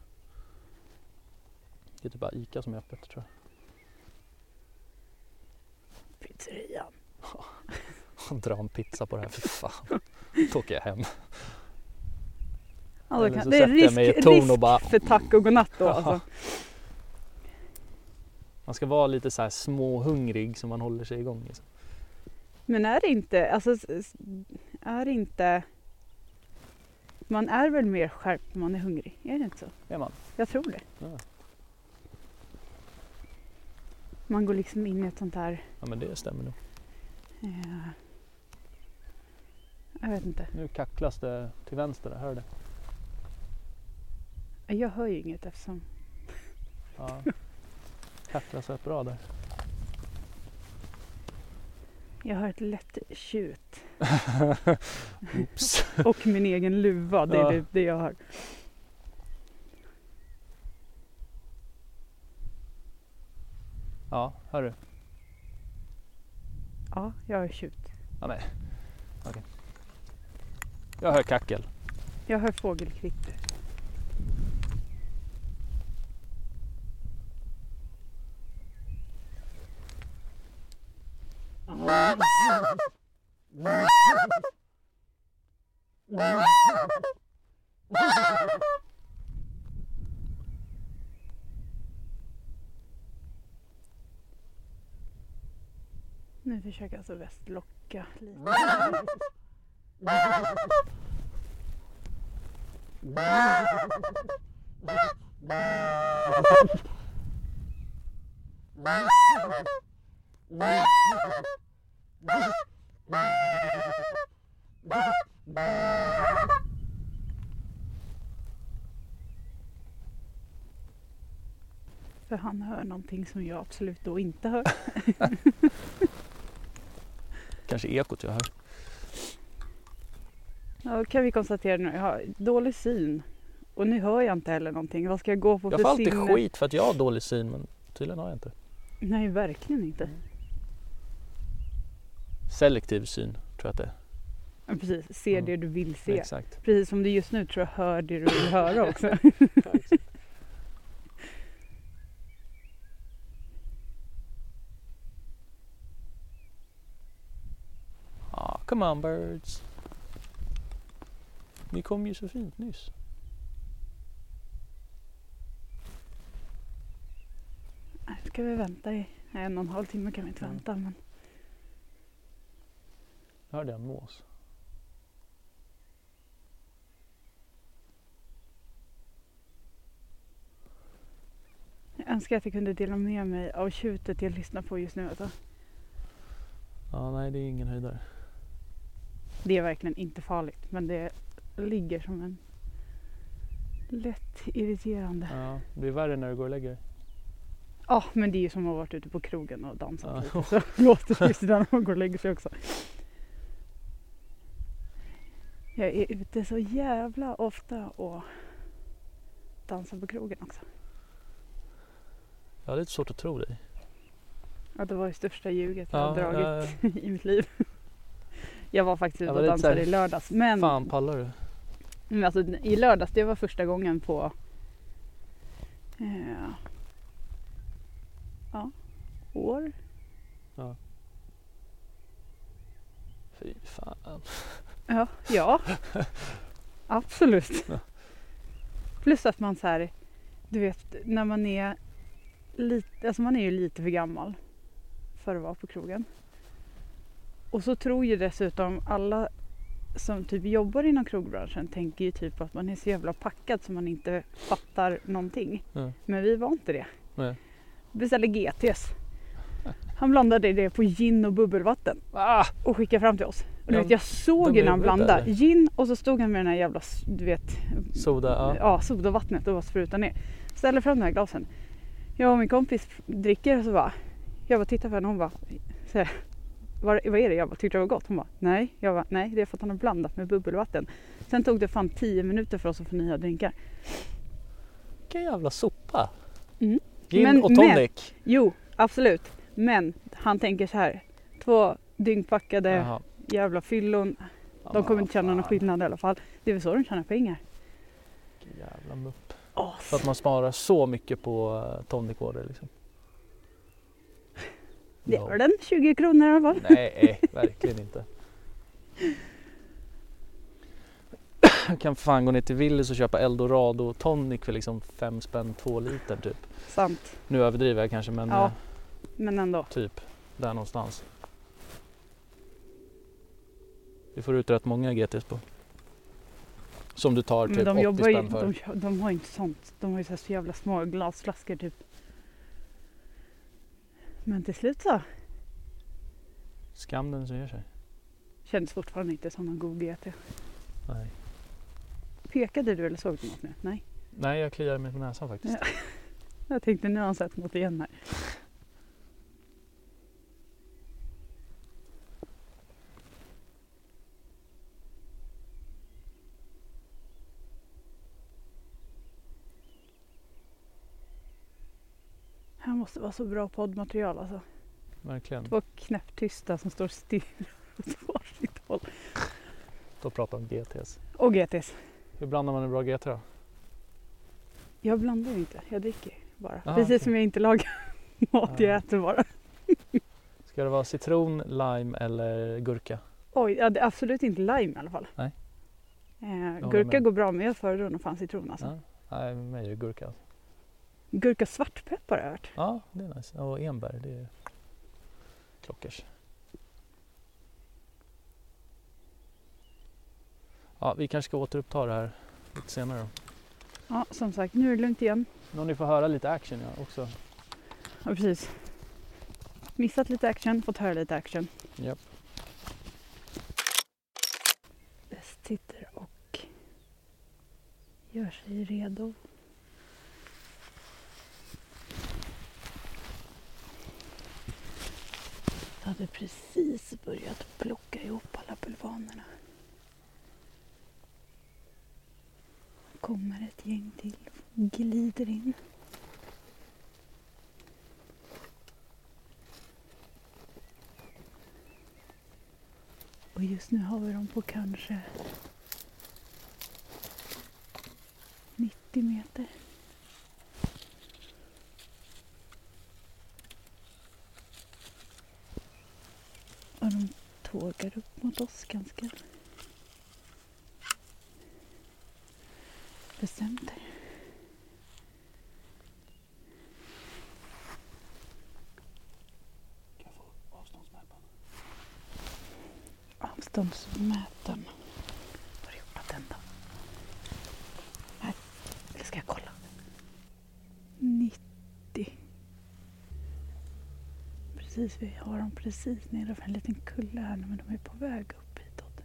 Speaker 3: Det är typ bara ICA som är öppet tror
Speaker 5: Pizzerian.
Speaker 3: jag. Dra en pizza på det här, för fan. Då åker jag hem.
Speaker 5: Alltså,
Speaker 3: Eller
Speaker 5: kan,
Speaker 3: så
Speaker 5: det är
Speaker 3: sätter jag mig i
Speaker 5: risk,
Speaker 3: ett torn
Speaker 5: risk
Speaker 3: och bara-
Speaker 5: för tack och godnatt då alltså.
Speaker 3: Man ska vara lite så här småhungrig så man håller sig igång. Liksom.
Speaker 5: Men är det inte, alltså s- s- är det inte man är väl mer skärpt när man är hungrig? Är det inte så?
Speaker 3: Är man?
Speaker 5: Jag tror det.
Speaker 3: Ja.
Speaker 5: Man går liksom in i ett sånt här,
Speaker 3: Ja men det stämmer nog.
Speaker 5: eh, jag vet inte.
Speaker 3: Nu kacklas det till vänster, hör du det?
Speaker 5: Jag hör ju inget eftersom
Speaker 3: Ja. Kacklas rätt bra där.
Speaker 5: jag hör ett lätt tjut
Speaker 3: Oops.
Speaker 5: och min egen luva, det är
Speaker 3: Ja.
Speaker 5: det, det jag hör.
Speaker 3: Ja, hör du?
Speaker 5: Ja, jag hör tjut.
Speaker 3: Jag hör kackel.
Speaker 5: Jag hör fågelkvitter. Nu försöker alltså väst locka lite. För han hör någonting som jag absolut då inte hör.
Speaker 3: Kanske ekot jag hör.
Speaker 5: Ja, då kan vi konstatera nu, jag har dålig syn. Och nu hör jag inte heller någonting. Vad ska jag gå på
Speaker 3: Jag
Speaker 5: för
Speaker 3: får alltid
Speaker 5: sinne?
Speaker 3: skit för att jag har dålig syn men tydligen har jag inte.
Speaker 5: Nej, verkligen inte.
Speaker 3: Selektiv syn tror jag att det är.
Speaker 5: Ja, Precis, se det du vill se.
Speaker 3: Exakt.
Speaker 5: Precis som du just nu tror jag hör det du vill höra också.
Speaker 3: Ah, come on birds. Ni kom ju så fint nyss.
Speaker 5: Nej, Ska vi vänta i nej, en och en halv timme kan vi inte
Speaker 3: Mm.
Speaker 5: vänta. Men...
Speaker 3: Nu hörde jag en mås.
Speaker 5: Jag önskar att jag kunde dela med mig av tjutet jag lyssnar på just nu. Alltså.
Speaker 3: Ja, nej det är ingen höjdare.
Speaker 5: Det är verkligen inte farligt men det ligger som en lätt irriterande.
Speaker 3: Ja, det blir värre när du går och lägger dig.
Speaker 5: Ja men det är ju som att ha varit ute på krogen och dansat
Speaker 3: Ja.
Speaker 5: lite så låter det just när man går och lägger sig också. Jag är ute så jävla ofta och dansar på krogen också.
Speaker 3: Jag har lite svårt att tro dig.
Speaker 5: Ja, det var det största ljuget jag har dragit
Speaker 3: ja, eh,
Speaker 5: i mitt liv. Jag var faktiskt ute
Speaker 3: var
Speaker 5: och
Speaker 3: lite
Speaker 5: dansade
Speaker 3: så här,
Speaker 5: i lördags. Men
Speaker 3: Fan pallar du?
Speaker 5: Men alltså, i lördags, det var första gången på... Eh, ja, år.
Speaker 3: Fy fan.
Speaker 5: Ja, ja. absolut. Plus att man så här, du vet, när man är lite, alltså man är ju lite för gammal för att vara på krogen. Och så tror ju dessutom alla som typ jobbar inom krogbranschen tänker ju typ att man är så jävla packad så man inte fattar någonting.
Speaker 3: Nej.
Speaker 5: Men vi var inte det.
Speaker 3: Nej.
Speaker 5: Beställde GTs. Han blandade det på gin och bubbelvatten
Speaker 3: Ah!
Speaker 5: och skickade fram till oss. Och du
Speaker 3: Ja,
Speaker 5: vet, jag såg
Speaker 3: de
Speaker 5: ju när han
Speaker 3: är
Speaker 5: blandade
Speaker 3: där.
Speaker 5: gin och så stod han med den här jävla, s- du vet,
Speaker 3: Soda, ja.
Speaker 5: ja, sodavattnet och bara sprutade ner. Ställer fram de här glasen. Jag och min kompis dricker och så bara, jag bara tittar på henne och hon bara, så här, vad, vad är det? Jag bara, tyckte det var gott? Hon bara, nej. Jag bara, nej det är för att han har blandat med bubbelvatten. Sen tog det fan 10 minuter för oss att få nya drinkar.
Speaker 3: Vilken jävla sopa.
Speaker 5: Mm.
Speaker 3: Gin
Speaker 5: Men-
Speaker 3: och tonic.
Speaker 5: Jo, absolut. Men han tänker så här, två dyngpackade
Speaker 3: Jaha.
Speaker 5: jävla fyllon.
Speaker 3: Ja,
Speaker 5: De
Speaker 3: men
Speaker 5: kommer
Speaker 3: vad
Speaker 5: inte känna någon
Speaker 3: fan.
Speaker 5: skillnad i alla fall. Det är väl så de tjänar pengar.
Speaker 3: Vilken Jävla mupp. För att man sparar så mycket på eh, tonicwater liksom.
Speaker 5: Det
Speaker 3: Ja.
Speaker 5: var den, 20 kronor i alla fall.
Speaker 3: Nej, verkligen inte. Jag kan fan gå ner till Willys och köpa Eldorado tonic för liksom fem spänn, två liter typ.
Speaker 5: Sant,
Speaker 3: Nu överdriver jag kanske men
Speaker 5: Ja.
Speaker 3: eh,
Speaker 5: men ändå.
Speaker 3: typ där någonstans. Du får ut rätt många GTs på. Som du tar typ
Speaker 5: Men de
Speaker 3: 80
Speaker 5: jobbar ju,
Speaker 3: spänn för.
Speaker 5: de, kö- de har ju inte sånt. De har ju så, här så jävla små glasflaskor typ. Men till slut så
Speaker 3: Skam den som gör sig.
Speaker 5: kändes fortfarande inte som någon god GT.
Speaker 3: Nej.
Speaker 5: Pekade du eller såg du något nu? Nej.
Speaker 3: Nej, jag kliar mig på näsan faktiskt.
Speaker 5: Ja. Jag tänkte nu har han sett något igen här. Här måste vara så bra poddmaterial alltså.
Speaker 3: Verkligen.
Speaker 5: Två knäpptysta som står stilla åt varsitt håll.
Speaker 3: Då pratar om GTs.
Speaker 5: Och GTs.
Speaker 3: Hur blandar man en bra GT då?
Speaker 5: Jag blandar ju inte, jag dricker bara.
Speaker 3: Ah,
Speaker 5: Precis
Speaker 3: okej.
Speaker 5: som jag inte lagar mat, jag
Speaker 3: Ah.
Speaker 5: äter bara.
Speaker 3: Ska det vara citron, lime eller gurka?
Speaker 5: Oj, ja, det är absolut inte lime i alla fall.
Speaker 3: Nej.
Speaker 5: Eh,
Speaker 3: håller
Speaker 5: gurka
Speaker 3: med.
Speaker 5: går bra men jag föredrar nog fan citron alltså.
Speaker 3: Ja. Nej, med mig är det gurka. alltså.
Speaker 5: Gurka svartpeppar har jag hört.
Speaker 3: Ja, det är nice. Och enbär, det är klockers. Ja, vi kanske ska återuppta det här lite senare då.
Speaker 5: Ja, som sagt, nu är det lugnt igen.
Speaker 3: Men Om ni får höra lite action ja, också.
Speaker 5: Ja, precis. Missat lite action, fått höra lite action.
Speaker 3: Japp.
Speaker 5: Bäst sitter och gör sig redo. Jag hade precis börjat plocka ihop alla bulvanerna. Kommer ett gäng till och glider in. Och just nu har vi dem på kanske 90 meter. Och de tågar upp mot oss ganska bestämt. Avståndsmätaren. Var har jag gjort av den då? Här. Eller ska jag kolla? 90. Precis, vi har dem precis nere för en liten kulle här nu men de är på väg upp hitåt.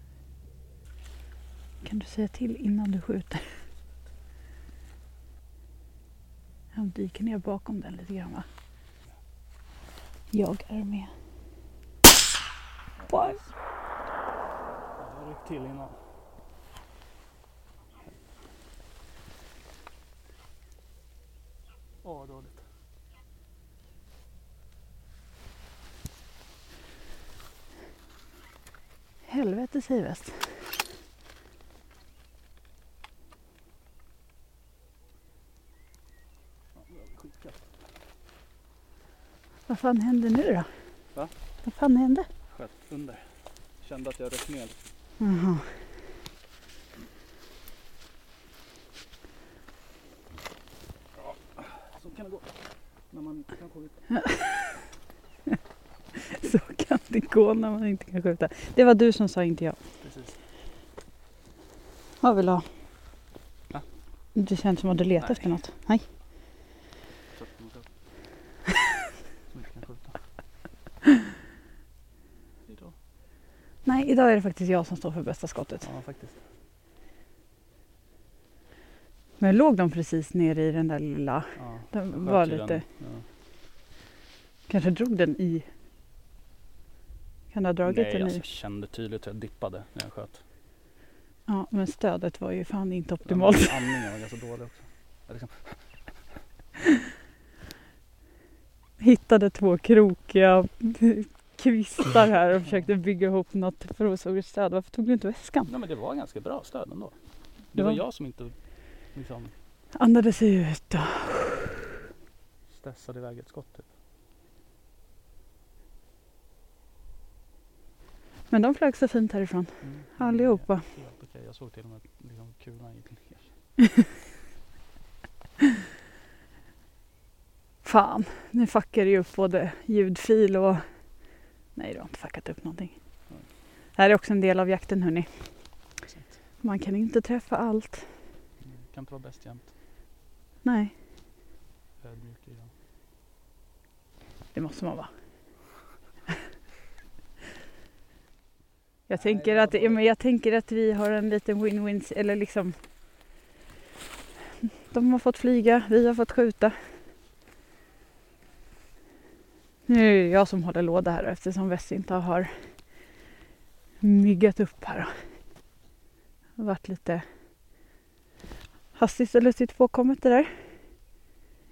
Speaker 5: Kan du säga till innan du skjuter? Han dyker ner bakom den lite grann va? Jag är med. Boy.
Speaker 3: Jag ryckte till innan. Åh, vad dåligt.
Speaker 5: Helvete Sivest. Vad fan hände nu då?
Speaker 3: Va?
Speaker 5: Vad fan hände?
Speaker 3: Sköt under. Kände att jag rök ner.
Speaker 5: Jaha.
Speaker 3: Så kan det gå. När man inte kan skjuta.
Speaker 5: Så kan det gå när man inte kan skjuta. Det var du som sa, inte jag.
Speaker 3: Precis.
Speaker 5: Vad vill du ha?
Speaker 3: Va?
Speaker 5: Det känns som att du letar
Speaker 3: Nej.
Speaker 5: efter något. Nej.
Speaker 3: Så kan man skjuta. Som inte kan skjuta. Idag.
Speaker 5: Nej, idag är det faktiskt jag som står för bästa skottet.
Speaker 3: Ja, faktiskt.
Speaker 5: Men låg de precis nere i den där lilla?
Speaker 3: Ja.
Speaker 5: De
Speaker 3: Sköt
Speaker 5: var
Speaker 3: i den.
Speaker 5: lite...
Speaker 3: Ja.
Speaker 5: Kanske drog den i... Kan du ha dragit
Speaker 3: Nej,
Speaker 5: den
Speaker 3: alltså,
Speaker 5: i?
Speaker 3: jag kände tydligt hur jag dippade när jag sköt.
Speaker 5: Ja, men stödet var ju fan inte
Speaker 3: Ja, men
Speaker 5: optimalt.
Speaker 3: Andningen var ganska dålig också. Jag liksom,
Speaker 5: Hittade två krokiga kvistar här och försökte bygga ihop något provisoriskt stöd. Varför tog du inte väskan?
Speaker 3: nej men det var ganska bra stöd ändå. Det
Speaker 5: Det
Speaker 3: var
Speaker 5: var-
Speaker 3: jag som inte liksom
Speaker 5: Andades ut då.
Speaker 3: stressade iväg ett skott typ.
Speaker 5: Men de flög så fint härifrån.
Speaker 3: Mm.
Speaker 5: Allihopa.
Speaker 3: Det är helt okej. Jag såg till och med att liksom, kulan gick ner.
Speaker 5: Fan, nu fuckar det ju upp både ljudfil och... Nej, du har inte fuckat upp någonting.
Speaker 3: Nej.
Speaker 5: Det här är också en del av jakten hörni.
Speaker 3: Exakt.
Speaker 5: Man kan inte träffa allt.
Speaker 3: Mm, Kan inte vara bäst jämt.
Speaker 5: Nej,
Speaker 3: Ödmjuk i den.
Speaker 5: det måste man vara. Jag tänker, att, ja, men jag tänker att vi har en liten win-win, eller liksom... De har fått flyga, vi har fått skjuta. Nu är det jag som håller låda här eftersom Wess inte har myggat upp här. Det har varit lite hastigt och lustigt påkommet det där.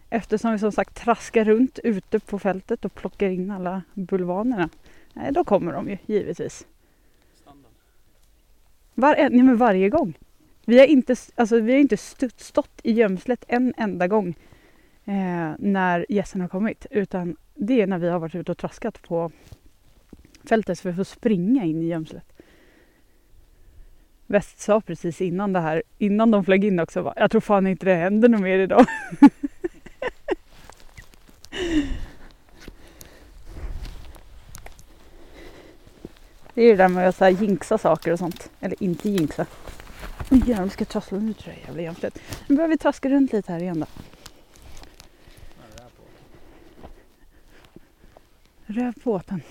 Speaker 5: Eftersom vi som sagt traskar runt ute på fältet och plockar in alla bulvanerna. Nej, då kommer de ju givetvis.
Speaker 3: Standard.
Speaker 5: Var, eh, nej, men varje gång. Vi har inte, alltså, vi har inte stutt, stått i gömslet en enda gång eh, när gässen har kommit. Utan det är när vi har varit ute och traskat på fältet så vi får springa in i gömslet. Väst sa precis innan det här, innan de flög in också, bara, jag tror fan inte det händer något mer idag. Det är ju det där med att så här jinxa saker och sånt. Eller inte jinxa. Åh, Jävlar, vi ska trassla nu tror jag jävla jämställt. Nu börjar vi traska runt lite här igen då. Röv på åten.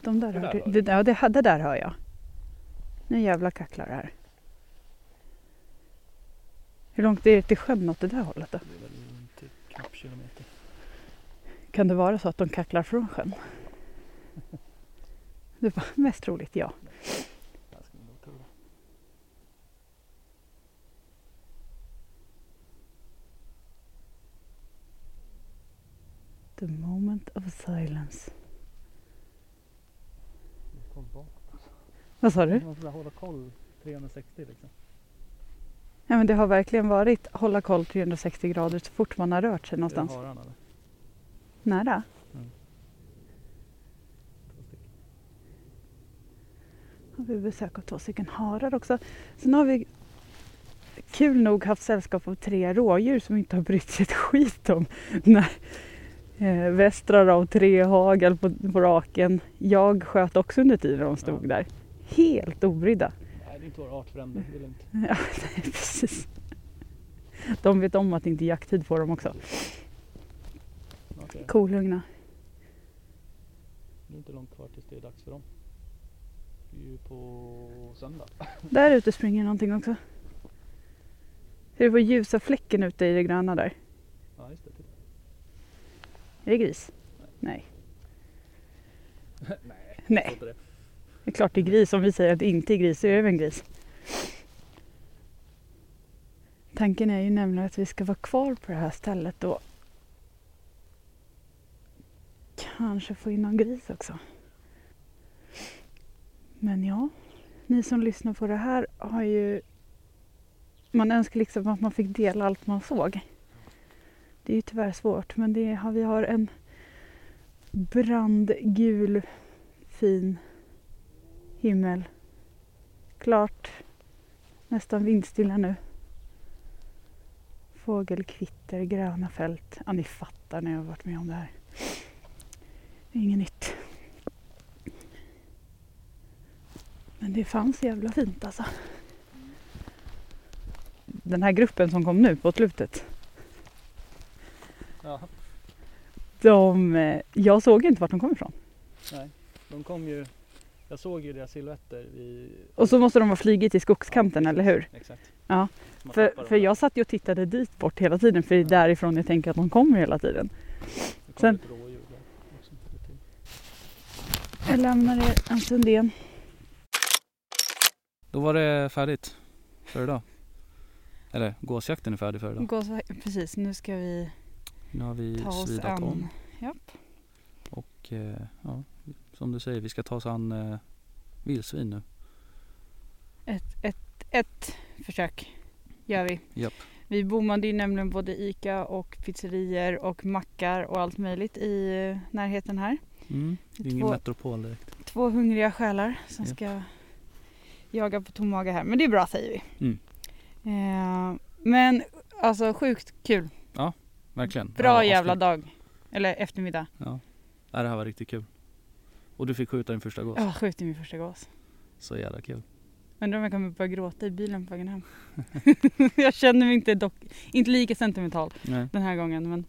Speaker 5: De där,
Speaker 3: Det där hör
Speaker 5: hör du. Det, ja, det, det där hör jag. Nu jävla kacklar det här. Hur långt är det till sjön åt det där hållet då?
Speaker 3: Det är väl typ knappt kilometer.
Speaker 5: Kan det vara så att de kacklar från sjön? Det var mest troligt ja. The moment of silence. Vad sa du?
Speaker 1: Man får hålla koll 360 liksom.
Speaker 5: Ja, men det har verkligen varit hålla koll 360 grader så fort man har rört sig någonstans.
Speaker 1: Är det haran, eller?
Speaker 5: Nära.
Speaker 1: Mm.
Speaker 5: Har vi besök av två stycken harar också. Sen har vi kul nog haft sällskap av tre rådjur som inte har brytt sig ett skit om när eh, västrar av tre hagel på, på raken. Jag sköt också under tiden de stod där. Helt obrydda.
Speaker 3: Nej, det är inte vår artfrände. Det är lugnt.
Speaker 5: Ja, nej, precis. De vet om att det inte är jakttid på dem också.
Speaker 3: Snart är det.
Speaker 5: Kolugna.
Speaker 3: det är inte långt kvar tills det är dags för dem. Det är ju på söndag.
Speaker 5: Där ute springer någonting också. Ser du på ljusa fläcken ute i det gröna där?
Speaker 3: Ja, just det. Titta.
Speaker 5: Är det gris? Nej. Nej.
Speaker 3: Låter det.
Speaker 5: Det är klart det är gris. Om vi säger att det inte är gris så är det väl en gris. Tanken är ju nämligen att vi ska vara kvar på det här stället då. Kanske få in någon gris också. Men ja, ni som lyssnar på det här har ju... Man önskar liksom att man fick dela allt man såg. Det är ju tyvärr svårt men det har, vi har en brandgul fin himmel. Klart. Nästan vindstilla nu. Fågelkvitter, gröna fält. Ja, ni fattar när jag har varit med om det här. Det är inget nytt. Men det fanns jävla fint alltså. Den här gruppen som kom nu på slutet.
Speaker 3: Ja,
Speaker 5: De, eh, jag såg ju inte vart de kom ifrån.
Speaker 3: de kom ju. Jag såg ju deras silhuetter vid...
Speaker 5: Och så måste de ha flugit i skogskanten, eller hur?
Speaker 3: Exakt.
Speaker 5: Ja,
Speaker 3: Man tappar
Speaker 5: För,
Speaker 3: dem
Speaker 5: för
Speaker 3: där.
Speaker 5: jag satt ju och tittade dit bort hela tiden för det är därifrån jag tänker att de kommer hela tiden.
Speaker 3: Det kom
Speaker 5: sen-
Speaker 3: ett rådjur där också. lite till.
Speaker 5: Jag lämnar er en stund igen.
Speaker 7: Då var det färdigt för idag. Eller gåsjakten är färdig för idag.
Speaker 5: Precis, nu ska vi
Speaker 7: Nu har vi
Speaker 5: ta oss
Speaker 7: svidat om.
Speaker 5: an. Japp.
Speaker 7: Och eh, ja, som du säger, vi ska ta oss an eh, vildsvin nu.
Speaker 5: Ett, ett, ett försök gör vi.
Speaker 7: Japp.
Speaker 5: Vi bommade ju nämligen både ICA och pizzerier och mackar och allt möjligt i eh, närheten här.
Speaker 7: Mm. Det är ingen
Speaker 5: Två-
Speaker 7: metropol direkt.
Speaker 5: Två hungriga själar som
Speaker 7: Japp.
Speaker 5: ska jaga på tom mage här. Men det är bra säger vi.
Speaker 7: Mm.
Speaker 5: Eh, men alltså sjukt kul.
Speaker 7: Verkligen. Det här
Speaker 5: Bra
Speaker 7: var
Speaker 5: jävla
Speaker 7: avsnitt.
Speaker 5: dag. Eller eftermiddag.
Speaker 7: Ja, det här var riktigt kul. Och du fick skjuta din första gås.
Speaker 5: Jag skjuter min första gås.
Speaker 7: Så jävla kul.
Speaker 5: Undrar om jag kommer börja gråta i bilen på vägen hem. jag känner mig inte, dock, inte lika sentimental
Speaker 7: Nej.
Speaker 5: den här gången. Men,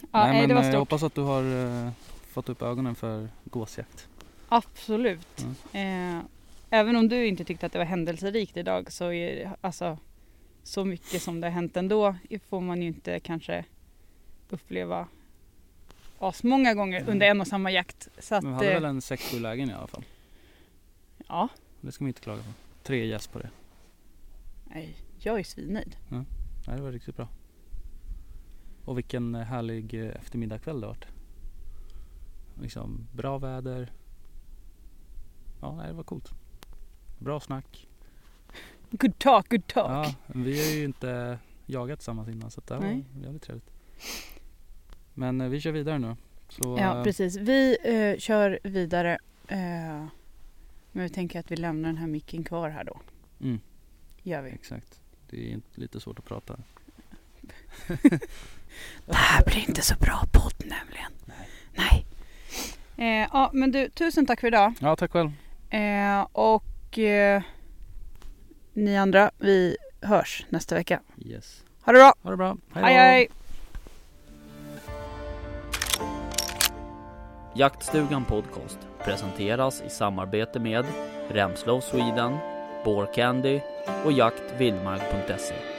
Speaker 5: ja, nej,
Speaker 7: men,
Speaker 5: det var
Speaker 7: eh, Jag
Speaker 5: stort.
Speaker 7: hoppas att du har eh, fått upp ögonen för gåsjakt.
Speaker 5: Absolut.
Speaker 7: Mm.
Speaker 5: Eh, även om du inte tyckte att det var händelserikt idag så är det, alltså, så mycket som det har hänt ändå får man ju inte kanske uppleva asmånga gånger
Speaker 7: Nej.
Speaker 5: under en och samma jakt. Så att,
Speaker 7: Mm. Men vi hade
Speaker 5: eh,
Speaker 7: väl en 6-7 lägen i alla fall.
Speaker 5: ja,
Speaker 7: Det ska man inte klaga på. Tre gäss på det.
Speaker 5: nej, jag är svinnöjd.
Speaker 7: Nej, det var riktigt bra. Och vilken härlig eh, eftermiddagkväll det vart. Liksom bra väder. Ja, nej, det var coolt. Bra snack.
Speaker 5: Good talk, good talk.
Speaker 7: Ja, vi har ju inte jagat tillsammans innan så det här
Speaker 5: Nej.
Speaker 7: var jävligt trevligt. Men eh, vi kör vidare nu. Så,
Speaker 5: Ja
Speaker 7: eh,
Speaker 5: precis. Vi eh, kör vidare. Eh, men vi tänker att vi lämnar den här micken kvar här då.
Speaker 7: Mm.
Speaker 5: Gör vi.
Speaker 7: Exakt. Det är inte- lite svårt att prata.
Speaker 5: Det här blir inte så bra podd nämligen. Nej. Eh, ja men du, tusen tack för idag.
Speaker 7: Ja, tack själv.
Speaker 5: Eh, och eh, ni andra, vi hörs nästa vecka.
Speaker 7: Yes.
Speaker 5: Ha det bra!
Speaker 7: Ha det bra. Hej då.
Speaker 5: Hej hej!
Speaker 4: Jaktstugan Podcast presenteras i samarbete med Remslow Sweden, Boar Candy och jaktvildmark.se.